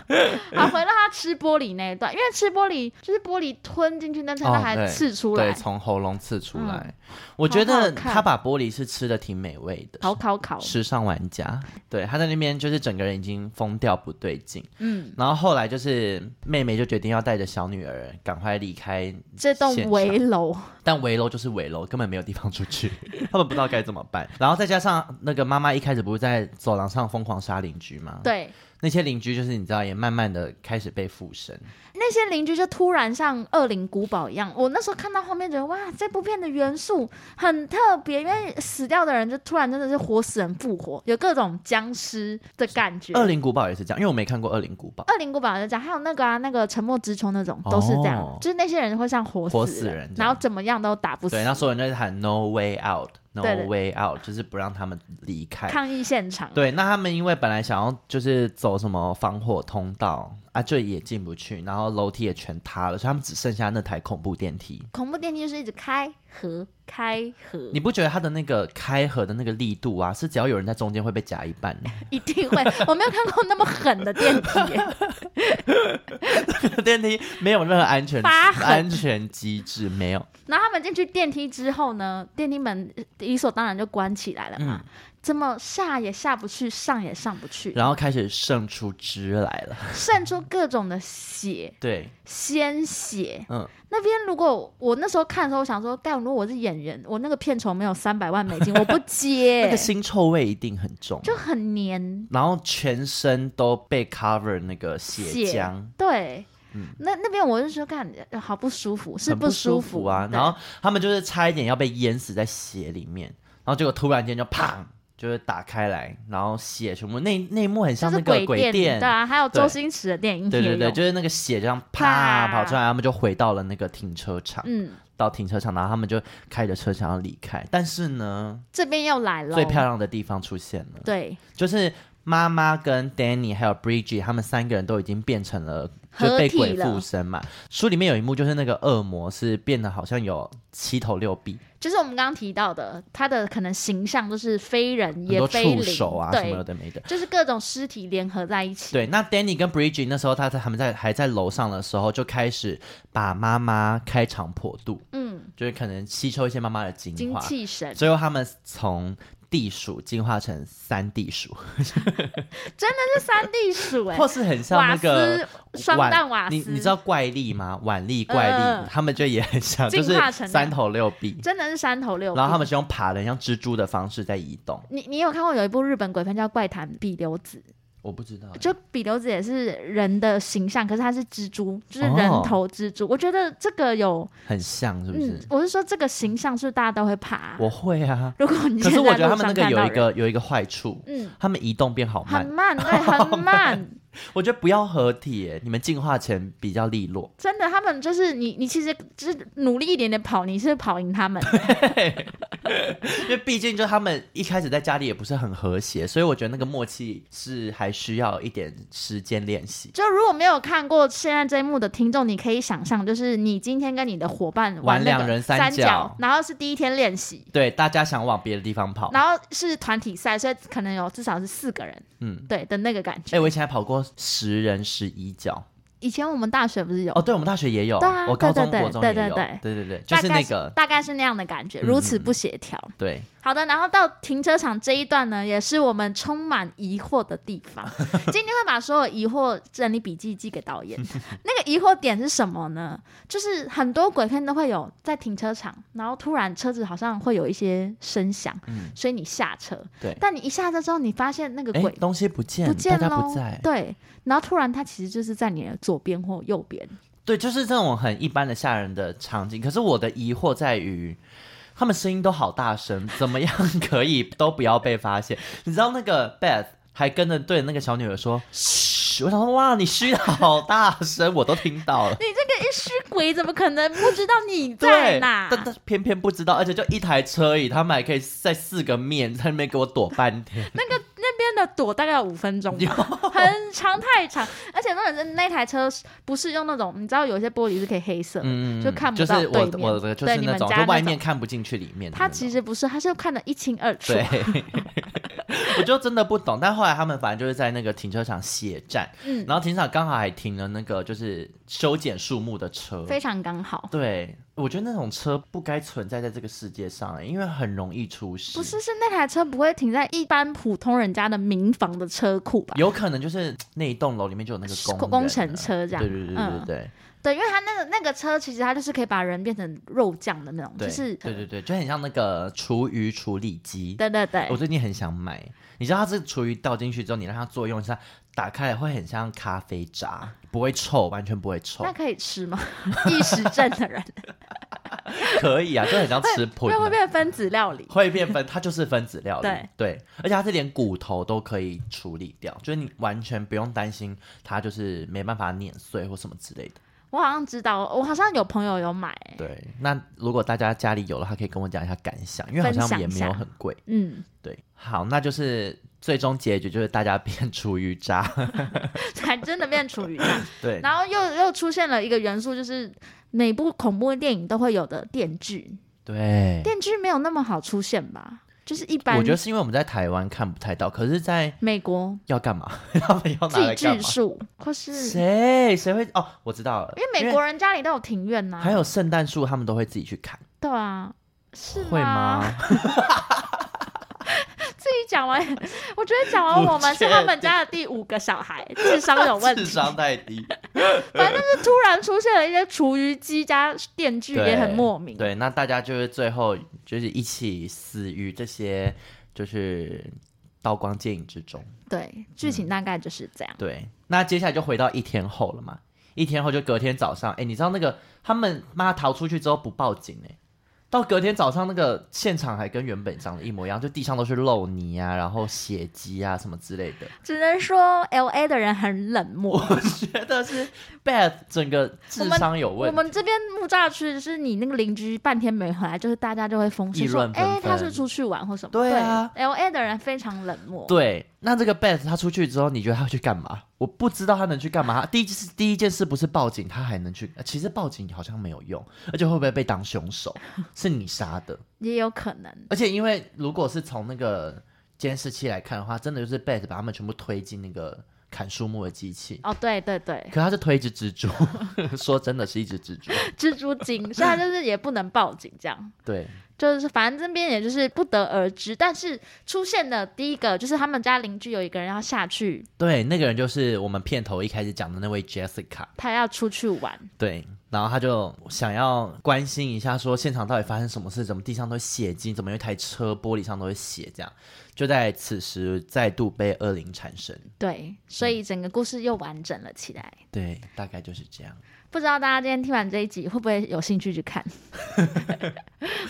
[SPEAKER 1] 好，回到他吃玻璃那一段，因为吃玻璃就是玻璃吞进去，但是它
[SPEAKER 2] 哦对
[SPEAKER 1] 还刺 出来
[SPEAKER 2] 对，，从喉咙刺出
[SPEAKER 1] 嗯
[SPEAKER 2] 来。我
[SPEAKER 1] 好
[SPEAKER 2] 觉得
[SPEAKER 1] 好看
[SPEAKER 2] 他把玻璃是吃的挺美味的，
[SPEAKER 1] 烤烤烤，
[SPEAKER 2] 时尚玩家，对，他在那边就是整个人已经疯掉，不对劲。
[SPEAKER 1] 嗯，
[SPEAKER 2] 然后后来就是妹妹就决定要带着小女儿赶快离开，
[SPEAKER 1] 这栋
[SPEAKER 2] 现场嗯
[SPEAKER 1] 围楼，
[SPEAKER 2] 但围楼就是围楼，根本没有地方出去， 他们不知道该怎么办。然后再加上那个妈妈一开始不是在走廊上疯狂杀邻居吗？
[SPEAKER 1] 对，
[SPEAKER 2] 那些邻居就是你知道，也慢慢的开始被附身。
[SPEAKER 1] 那些邻居就突然像《恶灵古堡》一样，我那时候看到后面觉得哇，这部片的元素很特别，因为死掉的人就突然真的是活死人复活，有各种僵尸的感觉。
[SPEAKER 2] 恶灵古堡也是这样，因为我没看过恶灵古堡，
[SPEAKER 1] 恶灵古堡就这样，还有那个啊，那个沉默之丘那种都是这样，
[SPEAKER 2] 哦
[SPEAKER 1] 就是那些人会像活死
[SPEAKER 2] 活死人这样
[SPEAKER 1] 然后怎么样都打不死
[SPEAKER 2] 对，，那所有人都在喊 No way out，No
[SPEAKER 1] 对对
[SPEAKER 2] way out，就是不让他们离开。
[SPEAKER 1] 抗议现场。
[SPEAKER 2] 对，那他们因为本来想要就是走什么防火通道啊，就也进不去，然后楼梯也全塌了，所以他们只剩下那台恐怖电梯。
[SPEAKER 1] 恐怖电梯就是一直开合开合
[SPEAKER 2] 你，不觉得它的那个开合的那个力度啊，是只要有人在中间会被夹一半？
[SPEAKER 1] 一定会。我没有看过那么狠的电梯耶，
[SPEAKER 2] 电梯没有任何安全
[SPEAKER 1] 发狠
[SPEAKER 2] 安全机制，没有。
[SPEAKER 1] 然后他们进去电梯之后呢，电梯门理所当然就关起来了
[SPEAKER 2] 嗯
[SPEAKER 1] 嘛，怎么下也下不去，上也上不去，
[SPEAKER 2] 然后开始渗出汁来了。
[SPEAKER 1] 渗出各种的血，
[SPEAKER 2] 对，
[SPEAKER 1] 鲜血。
[SPEAKER 2] 嗯，
[SPEAKER 1] 那边如果我那时候看的时候，我想说，干，如果我是演员，我那个片酬没有三百万美金，我不接，
[SPEAKER 2] 那个腥臭味一定很重，
[SPEAKER 1] 就很黏
[SPEAKER 2] 然后全身都被 cover 那个血
[SPEAKER 1] 血
[SPEAKER 2] 浆。嗯
[SPEAKER 1] 对。那那边我就说干呃好不舒服，是
[SPEAKER 2] 很不
[SPEAKER 1] 舒
[SPEAKER 2] 舒服啊。
[SPEAKER 1] 对
[SPEAKER 2] 然后他们就是差一点要被淹死在血里面，然后结果突然间就砰，就是打开来，然后血全部那那一幕很
[SPEAKER 1] 就
[SPEAKER 2] 像
[SPEAKER 1] 是
[SPEAKER 2] 那个
[SPEAKER 1] 鬼
[SPEAKER 2] 鬼
[SPEAKER 1] 对啊，还有
[SPEAKER 2] 对
[SPEAKER 1] 周星驰的电影
[SPEAKER 2] 对
[SPEAKER 1] 也
[SPEAKER 2] 对对，
[SPEAKER 1] 嗯有
[SPEAKER 2] 就是那个血这样啪
[SPEAKER 1] 啪
[SPEAKER 2] 跑出来，他们就回到了那个停车场。
[SPEAKER 1] 嗯，
[SPEAKER 2] 到停车场，然后他们就开着车想要离开，但是呢，
[SPEAKER 1] 这边又来了，
[SPEAKER 2] 最漂亮的地方出现了，
[SPEAKER 1] 对，
[SPEAKER 2] 就是妈妈跟 Danny 还有 Bridget 他们三个人都已经变成了就被鬼附身嘛。书里面有一幕就是那个恶魔是变得好像有七头六臂，
[SPEAKER 1] 就是我们刚刚提到的，他的可能形象就是非人
[SPEAKER 2] 很
[SPEAKER 1] 也
[SPEAKER 2] 多
[SPEAKER 1] 非灵，
[SPEAKER 2] 触手啊什么有
[SPEAKER 1] 对，
[SPEAKER 2] 的没的。
[SPEAKER 1] 就是各种尸体联合在一起。
[SPEAKER 2] 对，那 Danny 跟 Bridget 那时候他在他们在还在楼上的时候就开始把妈妈开肠破肚，
[SPEAKER 1] 嗯，
[SPEAKER 2] 就是可能吸收一些妈妈的精
[SPEAKER 1] 精
[SPEAKER 2] 华，
[SPEAKER 1] 气 神
[SPEAKER 2] 最后他们从地鼠进化成三地鼠，
[SPEAKER 1] 这是三地鼠哎、
[SPEAKER 2] 或是很像那个
[SPEAKER 1] 瓦斯双
[SPEAKER 2] 碗
[SPEAKER 1] 蛋瓦斯
[SPEAKER 2] 你你知道怪力吗？腕力、怪力，
[SPEAKER 1] 嗯嗯
[SPEAKER 2] 他们就也很像，就
[SPEAKER 1] 进
[SPEAKER 2] 是
[SPEAKER 1] 化成那
[SPEAKER 2] 三头六臂，
[SPEAKER 1] 真的是三头六臂。
[SPEAKER 2] 然后他们是用爬的，像蜘蛛的方式在移动。
[SPEAKER 1] 你你有看过有一部日本鬼片叫《怪谈比流子
[SPEAKER 2] 我不知道欸、》，
[SPEAKER 1] 就比流子也是人的形象，可是它是蜘蛛，就是人
[SPEAKER 2] 哦
[SPEAKER 1] 头蜘蛛。我觉得这个有，
[SPEAKER 2] 很像是不是
[SPEAKER 1] 嗯？，我是说这个形象是不是大家都会怕啊、
[SPEAKER 2] 我会啊，
[SPEAKER 1] 如果你
[SPEAKER 2] 可
[SPEAKER 1] 现在
[SPEAKER 2] 是我觉得
[SPEAKER 1] 路
[SPEAKER 2] 他们
[SPEAKER 1] 上
[SPEAKER 2] 那个
[SPEAKER 1] 看
[SPEAKER 2] 有
[SPEAKER 1] 到
[SPEAKER 2] 一
[SPEAKER 1] 人，
[SPEAKER 2] 个有一个坏处，
[SPEAKER 1] 嗯，
[SPEAKER 2] 他们移动变好慢
[SPEAKER 1] 很。慢，对，很慢。
[SPEAKER 2] 我觉得不要合体、欸，你们进化前比较利落。
[SPEAKER 1] 真的，他们就是你，你其实只是努力一点点跑，你是跑赢他们的。
[SPEAKER 2] 因为毕竟就他们一开始在家里也不是很和谐，所以我觉得那个默契是还需要一点时间练习。
[SPEAKER 1] 就如果没有看过现在这一幕的听众，你可以想象，就是你今天跟你的伙伴
[SPEAKER 2] 玩
[SPEAKER 1] 那个
[SPEAKER 2] 两人三
[SPEAKER 1] 三
[SPEAKER 2] 角
[SPEAKER 1] 然后是第一天练习，
[SPEAKER 2] 对，大家想往别的地方跑。
[SPEAKER 1] 然后是团体赛，所以可能有至少是四个人，
[SPEAKER 2] 嗯，
[SPEAKER 1] 对的那个感觉。
[SPEAKER 2] 哎、我以前还跑过十人十一脚。
[SPEAKER 1] 以前我们大学不是有，
[SPEAKER 2] 哦，对，我们大学也有，
[SPEAKER 1] 对啊
[SPEAKER 2] 我高中、
[SPEAKER 1] 对对
[SPEAKER 2] 国中也有，
[SPEAKER 1] 对对
[SPEAKER 2] 对对对就是
[SPEAKER 1] 大概
[SPEAKER 2] 那个，嗯
[SPEAKER 1] 大概是那样的感觉，如此不协调。
[SPEAKER 2] 对，
[SPEAKER 1] 好的，然后到停车场这一段呢，也是我们充满疑惑的地 方。今天会把所有疑惑整理笔记寄给导 演。那个疑惑点是什么呢？就是很多鬼片都会有在停车场，然后突然车子好像会有一些声响，
[SPEAKER 2] 嗯，
[SPEAKER 1] 所以你下车。
[SPEAKER 2] 对
[SPEAKER 1] 但你一下车之后，你发现那个
[SPEAKER 2] 哎
[SPEAKER 1] 鬼，
[SPEAKER 2] 东西不见，
[SPEAKER 1] 不见
[SPEAKER 2] 大家
[SPEAKER 1] 喽
[SPEAKER 2] 不在，，
[SPEAKER 1] 对，然后突然它其实就是在你的左边或右 边。
[SPEAKER 2] 对，就是这种很一般的吓人的场景。可是我的疑惑在于。他们声音都好大声，怎 么样可以都不要被发现？你知道那个 Beth 还跟着对那个小女儿说：“嘘！”我想说，哇，你嘘的好大声，我都听到了。
[SPEAKER 1] 你这个一虚哎鬼怎么可能不知道你在
[SPEAKER 2] 对，
[SPEAKER 1] 哪？
[SPEAKER 2] 但但偏偏不知道，而且就一台车而已，他们还可以在四个面在那边给我躲半天。
[SPEAKER 1] 那边的躲大概有五分钟吧，很长太长，而且那那台车不是用那种，你知道有一些玻璃是可以黑色的，
[SPEAKER 2] 嗯，
[SPEAKER 1] 就看不
[SPEAKER 2] 就是
[SPEAKER 1] 到
[SPEAKER 2] 我
[SPEAKER 1] 对面
[SPEAKER 2] 我的就
[SPEAKER 1] 对
[SPEAKER 2] 是
[SPEAKER 1] 你
[SPEAKER 2] 那
[SPEAKER 1] 们
[SPEAKER 2] 种，
[SPEAKER 1] 家
[SPEAKER 2] 就
[SPEAKER 1] 那
[SPEAKER 2] 外
[SPEAKER 1] 种
[SPEAKER 2] 面看不进去里面的那种。
[SPEAKER 1] 它其实不是，它是看得一清二楚。
[SPEAKER 2] 对， 我就真的不懂。但后来他们反正就是在那个停车场血战，
[SPEAKER 1] 嗯，
[SPEAKER 2] 然后停车场刚好还停了那个就是修剪树木的车。
[SPEAKER 1] 非常刚好。
[SPEAKER 2] 对，我觉得那种车不该存在在这个世界上、欸因为很容易出事。
[SPEAKER 1] 不是，是那台车不会停在一般普通人家的民房的车库吧？
[SPEAKER 2] 有可能就是那一栋楼里面就有那个工
[SPEAKER 1] 工
[SPEAKER 2] 工
[SPEAKER 1] 程车这样
[SPEAKER 2] 对对对对
[SPEAKER 1] 嗯
[SPEAKER 2] 对、
[SPEAKER 1] 对，因为它那个那个车其实它就是可以把人变成肉酱的那种，
[SPEAKER 2] 对，
[SPEAKER 1] 就是
[SPEAKER 2] 对对对，就很像那个厨余处理机。
[SPEAKER 1] 对对对
[SPEAKER 2] 我最近很想买，你知道它是厨余倒进去之后，你让它作用一下，打开来会很像咖啡渣，不会臭，完全不会臭
[SPEAKER 1] 那，可以吃吗？ 异食症的人，
[SPEAKER 2] 可以啊，就很像 吃
[SPEAKER 1] 不
[SPEAKER 2] 喷
[SPEAKER 1] 然会
[SPEAKER 2] 的。
[SPEAKER 1] 变成分子料理。
[SPEAKER 2] 会变分，它就是分子料理，
[SPEAKER 1] 对
[SPEAKER 2] 而且它是连骨头都可以处理掉，就是你完全不用担心它就是没办法碾碎或什么之类的。
[SPEAKER 1] 我好像知道，我好像有朋友有买、欸
[SPEAKER 2] 对，那如果大家家里有的话，可以跟我讲一下感想，因为好
[SPEAKER 1] 分
[SPEAKER 2] 像
[SPEAKER 1] 享
[SPEAKER 2] 也
[SPEAKER 1] 一
[SPEAKER 2] 没有
[SPEAKER 1] 下
[SPEAKER 2] 很贵。
[SPEAKER 1] 嗯，
[SPEAKER 2] 对，好，那就是最终结局就是大家变厨余 渣，
[SPEAKER 1] 才真的变处于这样
[SPEAKER 2] 对，
[SPEAKER 1] 然后又又出现了一个元素，就是每部恐怖电影都会有的电锯，
[SPEAKER 2] 对，
[SPEAKER 1] 电锯没有那么好出现吧？就是一般，
[SPEAKER 2] 我觉得是因为我们在台湾看不太到，可是，在
[SPEAKER 1] 美国
[SPEAKER 2] 要干嘛？ 他们要拿
[SPEAKER 1] 自己
[SPEAKER 2] 来干
[SPEAKER 1] 锯
[SPEAKER 2] 嘛？啊
[SPEAKER 1] 术，或是因
[SPEAKER 2] 谁谁会？哦，我知道了，
[SPEAKER 1] 为美国人家里都有庭院呐、
[SPEAKER 2] 还有圣诞树，他们都会自己去砍，
[SPEAKER 1] 对啊，是
[SPEAKER 2] 会吗？
[SPEAKER 1] 啊 自己讲完，我觉得讲完我们
[SPEAKER 2] 不
[SPEAKER 1] 是
[SPEAKER 2] 确定
[SPEAKER 1] 他们家的第五个小 孩，智商有问
[SPEAKER 2] 智
[SPEAKER 1] 题，
[SPEAKER 2] 商 太低，
[SPEAKER 1] 反正就是突然出现了一些厨余机加电锯，也很
[SPEAKER 2] 对
[SPEAKER 1] 莫名。
[SPEAKER 2] 对，那大家就是最后就是一起死于这些就是刀光剑影之中。
[SPEAKER 1] 对，剧情大概就是这样。
[SPEAKER 2] 对，那接下来就回到一天后了嘛。一天后就隔天早上，哎、你知道那个他们妈逃出去之后不报警哎、到隔天早上那个现场还跟原本长得一模一样，就地上都是肉泥啊，然后血迹啊什么之类的。
[SPEAKER 1] 只能说 L A 的人很冷漠。
[SPEAKER 2] 我觉得是 Beth 整个智商有
[SPEAKER 1] 我
[SPEAKER 2] 问题，
[SPEAKER 1] 们这边木栅区就是你那个邻居半天没回来，就是大家就会封
[SPEAKER 2] 议
[SPEAKER 1] 信说
[SPEAKER 2] 论，纷
[SPEAKER 1] 哎、
[SPEAKER 2] 纷
[SPEAKER 1] 他是出去玩或什么。
[SPEAKER 2] 对啊
[SPEAKER 1] ，L A 的人非常冷漠。
[SPEAKER 2] 对。那这个 Beth 他出去之后，你觉得他会去干嘛？我不知道他能去干嘛。他第一件事，第一件事不是报警，他还能去？呃其实报警好像没有用，而且会不会被当凶手？是你杀的。
[SPEAKER 1] 也有可能。
[SPEAKER 2] 而且因为如果是从那个监视器来看的话，真的就是 Beth 把他们全部推进那个砍树木的 机器。
[SPEAKER 1] 哦，对对对，
[SPEAKER 2] 可他是推一只蜘蛛，说真的是一只蜘蛛。
[SPEAKER 1] 蜘蛛精，所以他就是也不能报警，这样
[SPEAKER 2] 对，
[SPEAKER 1] 就是反正这边也就是不得而知。但是出现的第一个就是他们家邻居有一个人要下去，
[SPEAKER 2] 对，那个人就是我们片头一开始讲的那位 Jessica。
[SPEAKER 1] 他要出去玩，
[SPEAKER 2] 对，然后他就想要关心一下，说现场到底发生什么事，怎么地上都是血迹，怎么有一台车玻璃上都是血，这样。就在此时再度被恶灵缠身。
[SPEAKER 1] 对，所以整个故事又完整了起来。
[SPEAKER 2] 对，大概就是这样。
[SPEAKER 1] 不知道大家今天听完这一集会不会有兴趣去 看？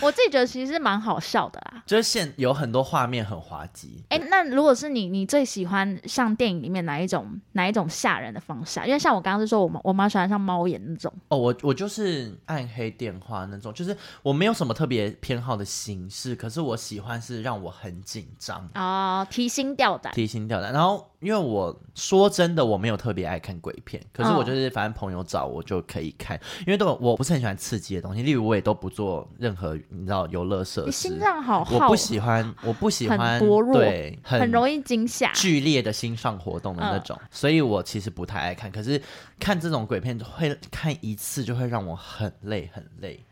[SPEAKER 1] 我自己觉得其实是蛮好笑的啦。
[SPEAKER 2] 就是现有很多画面很滑稽，
[SPEAKER 1] 哎、那如果是你，你最喜欢像电影里面哪一种哪一种吓人的方式啊？因为像我刚刚是说我妈我蛮喜欢像猫眼那种，
[SPEAKER 2] 哦，我我就是暗黑电话那种，就是我没有什么特别偏好的形式，可是我喜欢是让我很紧张、
[SPEAKER 1] 哦，提心吊胆，
[SPEAKER 2] 提心吊胆。然后因为我说真的，我没有特别爱看鬼
[SPEAKER 1] 嗯
[SPEAKER 2] 片，可是我就是反正朋友找我就可以看，因为都我不是很喜欢刺激的东西，例如我也都不做任何你知道游乐设
[SPEAKER 1] 你
[SPEAKER 2] 施
[SPEAKER 1] 心，脏好
[SPEAKER 2] 我
[SPEAKER 1] 好，
[SPEAKER 2] 不喜欢，我不喜
[SPEAKER 1] 很
[SPEAKER 2] 欢
[SPEAKER 1] 薄弱
[SPEAKER 2] 对，
[SPEAKER 1] 很容易啊嗯惊吓。
[SPEAKER 2] 剧烈的心上活动的那种，所以我其实不太爱看。可是看这种鬼片就会看一次就会让我很累很累，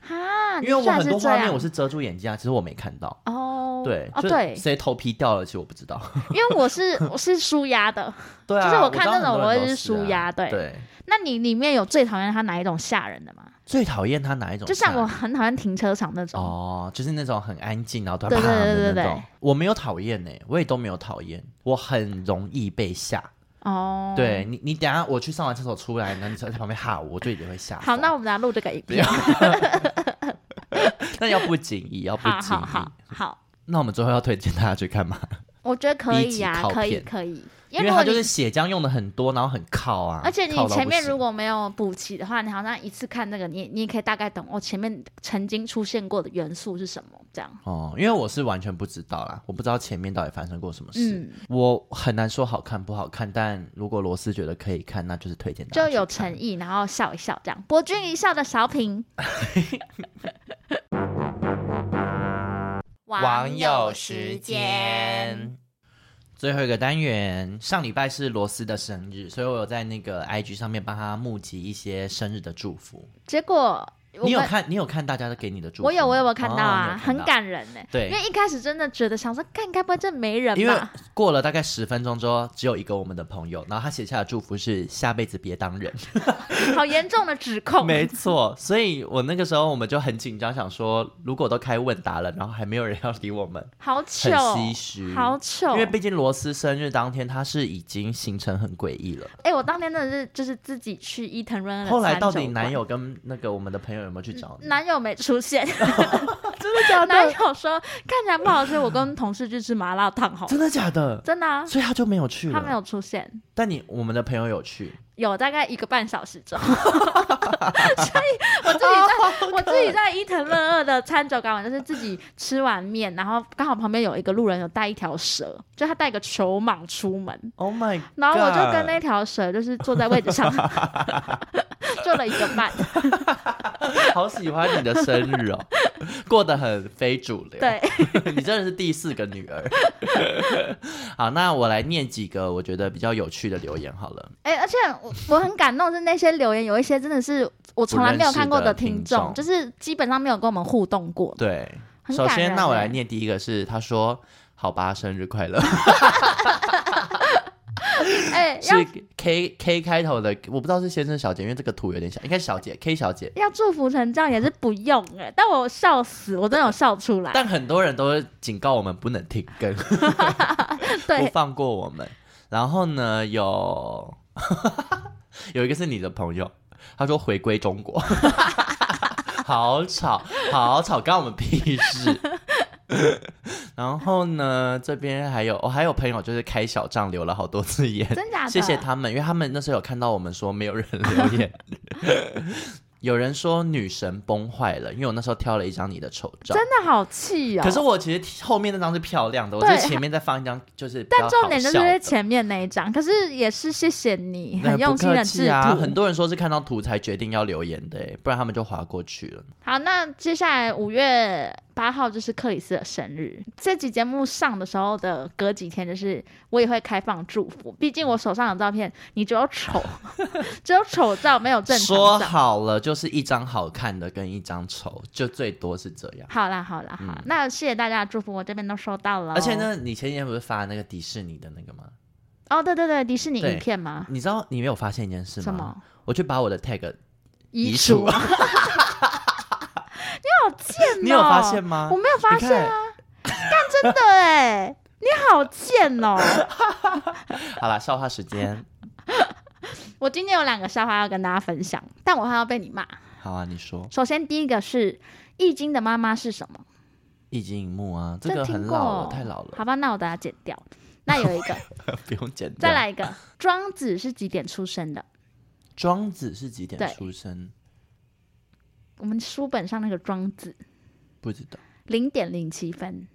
[SPEAKER 1] 哈，
[SPEAKER 2] 因为我很多画面我
[SPEAKER 1] 是
[SPEAKER 2] 是遮住眼睛啊，其实我没看到。
[SPEAKER 1] 哦，
[SPEAKER 2] 对，
[SPEAKER 1] 哦
[SPEAKER 2] 就
[SPEAKER 1] 对，
[SPEAKER 2] 谁头皮掉了，其实我不知道。
[SPEAKER 1] 因为我是我是舒压的，
[SPEAKER 2] 对啊，
[SPEAKER 1] 就是我
[SPEAKER 2] 我
[SPEAKER 1] 看
[SPEAKER 2] 知道
[SPEAKER 1] 那种
[SPEAKER 2] 很多人
[SPEAKER 1] 我会是
[SPEAKER 2] 都是啊
[SPEAKER 1] 舒压对
[SPEAKER 2] 对，
[SPEAKER 1] 那你里面有最讨厌他哪一种吓人的吗？
[SPEAKER 2] 最讨厌他哪一种
[SPEAKER 1] 就
[SPEAKER 2] 吓人？
[SPEAKER 1] 像我很讨厌停车场那种，
[SPEAKER 2] 哦，就是那种很安静，然后突
[SPEAKER 1] 对
[SPEAKER 2] 然
[SPEAKER 1] 对
[SPEAKER 2] 啪
[SPEAKER 1] 对
[SPEAKER 2] 的
[SPEAKER 1] 对
[SPEAKER 2] 那
[SPEAKER 1] 对
[SPEAKER 2] 种。我没有讨厌呢，我也都没有讨厌，我很容易被吓。
[SPEAKER 1] 哦，
[SPEAKER 2] 对你，你等一下我去上完厕所出来，然后你在旁边哈我，我就也会吓疯。
[SPEAKER 1] 好，那我们来录这个影
[SPEAKER 2] 不
[SPEAKER 1] 片
[SPEAKER 2] 要，那要不仅 一，要不
[SPEAKER 1] 好
[SPEAKER 2] 仅
[SPEAKER 1] 好
[SPEAKER 2] 一。
[SPEAKER 1] 好好，
[SPEAKER 2] 那我们最后要推荐大家去看吗？
[SPEAKER 1] 我觉得可以
[SPEAKER 2] 逼
[SPEAKER 1] 呀、
[SPEAKER 2] 急靠
[SPEAKER 1] 可以
[SPEAKER 2] 片
[SPEAKER 1] 可以，因
[SPEAKER 2] 因
[SPEAKER 1] 为
[SPEAKER 2] 为
[SPEAKER 1] 如
[SPEAKER 2] 它
[SPEAKER 1] 果
[SPEAKER 2] 就
[SPEAKER 1] 你
[SPEAKER 2] 是血浆用的很多，然后很靠啊。
[SPEAKER 1] 而且你
[SPEAKER 2] 靠到不
[SPEAKER 1] 前面
[SPEAKER 2] 行
[SPEAKER 1] 如果没有补齐的话，你好像一次看那个，你你也可以大概懂哦，前面曾经出现过的元素是什么，这样。
[SPEAKER 2] 哦，因为我是完全不知道啦，我不知道前面到底发生过什么事，
[SPEAKER 1] 嗯，
[SPEAKER 2] 我很难说好看不好看。但如果罗斯觉得可以看，那就是推荐大家
[SPEAKER 1] 就
[SPEAKER 2] 去
[SPEAKER 1] 有
[SPEAKER 2] 看
[SPEAKER 1] 诚意，然后笑一笑，这样博君一笑的小 品。
[SPEAKER 2] 网友时间。最后一个单元，上礼拜是罗斯的生日，所以我有在那个 IG 上面帮他募集一些生日的祝福。
[SPEAKER 1] 结果我
[SPEAKER 2] 你有
[SPEAKER 1] 们
[SPEAKER 2] 看？你有看大家给你的祝福吗？
[SPEAKER 1] 我有我有看到
[SPEAKER 2] 哦你
[SPEAKER 1] 啊，
[SPEAKER 2] 有看
[SPEAKER 1] 很
[SPEAKER 2] 到
[SPEAKER 1] 感人呢、
[SPEAKER 2] 对
[SPEAKER 1] 因为一开始真的觉得想说，干该不会这没人
[SPEAKER 2] 因为
[SPEAKER 1] 吧？
[SPEAKER 2] 过了大概十分钟之后，只有一个我们的朋友，然后他写下的祝福是下辈子别当人。
[SPEAKER 1] 好严重的指控。
[SPEAKER 2] 没错，所以我那个时候我们就很紧张，想说如果都开问答了，然后还没有人要理我们，
[SPEAKER 1] 好糗
[SPEAKER 2] 很，唏嘘。
[SPEAKER 1] 好糗。
[SPEAKER 2] 因为毕竟罗斯生日当天，他是已经行程很诡异了。
[SPEAKER 1] 哎、我当天真的是就是自己去伊藤润二的
[SPEAKER 2] 后来
[SPEAKER 1] 餐
[SPEAKER 2] 到
[SPEAKER 1] 酒
[SPEAKER 2] 底男
[SPEAKER 1] 馆
[SPEAKER 2] 友跟那个我们的朋友有没有去找你？
[SPEAKER 1] 男友没出现，
[SPEAKER 2] 真的假
[SPEAKER 1] 男？友说看起来不好吃，我跟同事去吃麻辣烫好了，
[SPEAKER 2] 真的假的？
[SPEAKER 1] 真的啊，
[SPEAKER 2] 所以他就没有去了。
[SPEAKER 1] 他没有出现，
[SPEAKER 2] 但你我们的朋友有去，
[SPEAKER 1] 有大概一个半小时之 后，所以我自己在我自己在伊藤润二的餐酒馆，我就是自己吃完面，然后刚好旁边有一个路人有带一条蛇，就他带个球蟒出门。
[SPEAKER 2] Oh my！
[SPEAKER 1] 然后我就跟
[SPEAKER 2] God
[SPEAKER 1] 那条蛇就是坐在位置 上，做了一个伴，
[SPEAKER 2] 好喜欢你的生日哦，过得很非主流。
[SPEAKER 1] 对，
[SPEAKER 2] 你真的是第四个女儿。 好，那我来念几个我觉得比较有趣的留言好了。
[SPEAKER 1] 哎、而且我我很感动，是那些留言有一些真的是我从来没有看过听众，
[SPEAKER 2] 不认识的听众
[SPEAKER 1] 就是基本上没有跟我们互动过的。
[SPEAKER 2] 对，
[SPEAKER 1] 很
[SPEAKER 2] 首
[SPEAKER 1] 感
[SPEAKER 2] 先
[SPEAKER 1] 人
[SPEAKER 2] 那我
[SPEAKER 1] 欸
[SPEAKER 2] 来念第一个是他说：“好吧，生日 快乐。
[SPEAKER 1] 哎、”
[SPEAKER 2] 是
[SPEAKER 1] 要
[SPEAKER 2] K K 开头的，我不知道是先生小姐，因为这个图有点小，应该是 小姐 K 小姐。
[SPEAKER 1] 要祝福成这样也是不用哎、但我笑死，我真的有笑出来。
[SPEAKER 2] 但很多人都警告我们不能停更，不
[SPEAKER 1] 对，
[SPEAKER 2] 放过我们。然后呢，有 有一个是你的朋友，他说回归中国， 好吵，好吵，关我们屁事。 然后呢，这边还有我、哦还有朋友就是开小账留了好多次言，
[SPEAKER 1] 真假的？
[SPEAKER 2] 谢谢他们，因为他们那时候有看到我们说没有人留言。有人说女神崩坏了，因为我那时候挑了一张你的丑照，
[SPEAKER 1] 真的好气哦。
[SPEAKER 2] 可是我其实后面那张是漂亮的，我
[SPEAKER 1] 对
[SPEAKER 2] 这前面再放一张就是比较
[SPEAKER 1] 但重点就是
[SPEAKER 2] 好笑的
[SPEAKER 1] 前面那一张，可是也是谢谢你
[SPEAKER 2] 那
[SPEAKER 1] 很用心
[SPEAKER 2] 不
[SPEAKER 1] 的
[SPEAKER 2] 客
[SPEAKER 1] 制
[SPEAKER 2] 气
[SPEAKER 1] 图。
[SPEAKER 2] 啊，很多人说是看到图才决定要留言的欸，不然他们就划过去了。
[SPEAKER 1] 好，那接下来五月八号就是克里斯的生日。这集节目上的时候的隔几天，就是我也会开放祝福。毕竟我手上的照片，你只有 丑，只有丑照，没有正常
[SPEAKER 2] 说
[SPEAKER 1] 照。
[SPEAKER 2] 好了就是一张好看的跟一张丑，就最多是这样。
[SPEAKER 1] 好啦，好啦，好啦那谢谢大家的祝福，我这边都收到了。
[SPEAKER 2] 嗯而且，呢，你前几天不是发那个迪士尼的那个吗？
[SPEAKER 1] 哦，对对对，迪士尼
[SPEAKER 2] 对
[SPEAKER 1] 影片吗？
[SPEAKER 2] 你知道你没有发现一件事吗？
[SPEAKER 1] 什么？
[SPEAKER 2] 我去把我的 tag，
[SPEAKER 1] 遗
[SPEAKER 2] 遗
[SPEAKER 1] 嘱？
[SPEAKER 2] 嘱
[SPEAKER 1] 你 好贱哦！
[SPEAKER 2] 你有发现吗？
[SPEAKER 1] 我没有发
[SPEAKER 2] 你
[SPEAKER 1] 现
[SPEAKER 2] 看
[SPEAKER 1] 啊，但真的哎、你好贱哦！
[SPEAKER 2] 好啦，笑话时间。
[SPEAKER 1] 我今天有两个笑话要跟大家分享，但我怕要被你骂。
[SPEAKER 2] 好啊，你说《
[SPEAKER 1] 首先，第一个是《易经》的妈妈是什么？
[SPEAKER 2] 易经》一幕啊，这
[SPEAKER 1] 这
[SPEAKER 2] 个
[SPEAKER 1] 听
[SPEAKER 2] 很老了，
[SPEAKER 1] 过
[SPEAKER 2] 太老了，
[SPEAKER 1] 好吧，那我把它剪掉。那有一 个，
[SPEAKER 2] 不用剪掉。
[SPEAKER 1] 再，来一个，庄子是几点出生的？
[SPEAKER 2] 庄子是几点
[SPEAKER 1] 对
[SPEAKER 2] 出生？
[SPEAKER 1] 我们书本上那个庄子，
[SPEAKER 2] 不知道。
[SPEAKER 1] 零点零七分，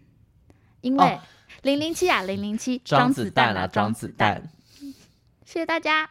[SPEAKER 1] 因为
[SPEAKER 2] 哦
[SPEAKER 1] 零零七啊，零零七，
[SPEAKER 2] 庄
[SPEAKER 1] 子
[SPEAKER 2] 蛋
[SPEAKER 1] 啊，
[SPEAKER 2] 啊，
[SPEAKER 1] 庄
[SPEAKER 2] 庄
[SPEAKER 1] 子
[SPEAKER 2] 子
[SPEAKER 1] 蛋。
[SPEAKER 2] 蛋。
[SPEAKER 1] 谢谢大家。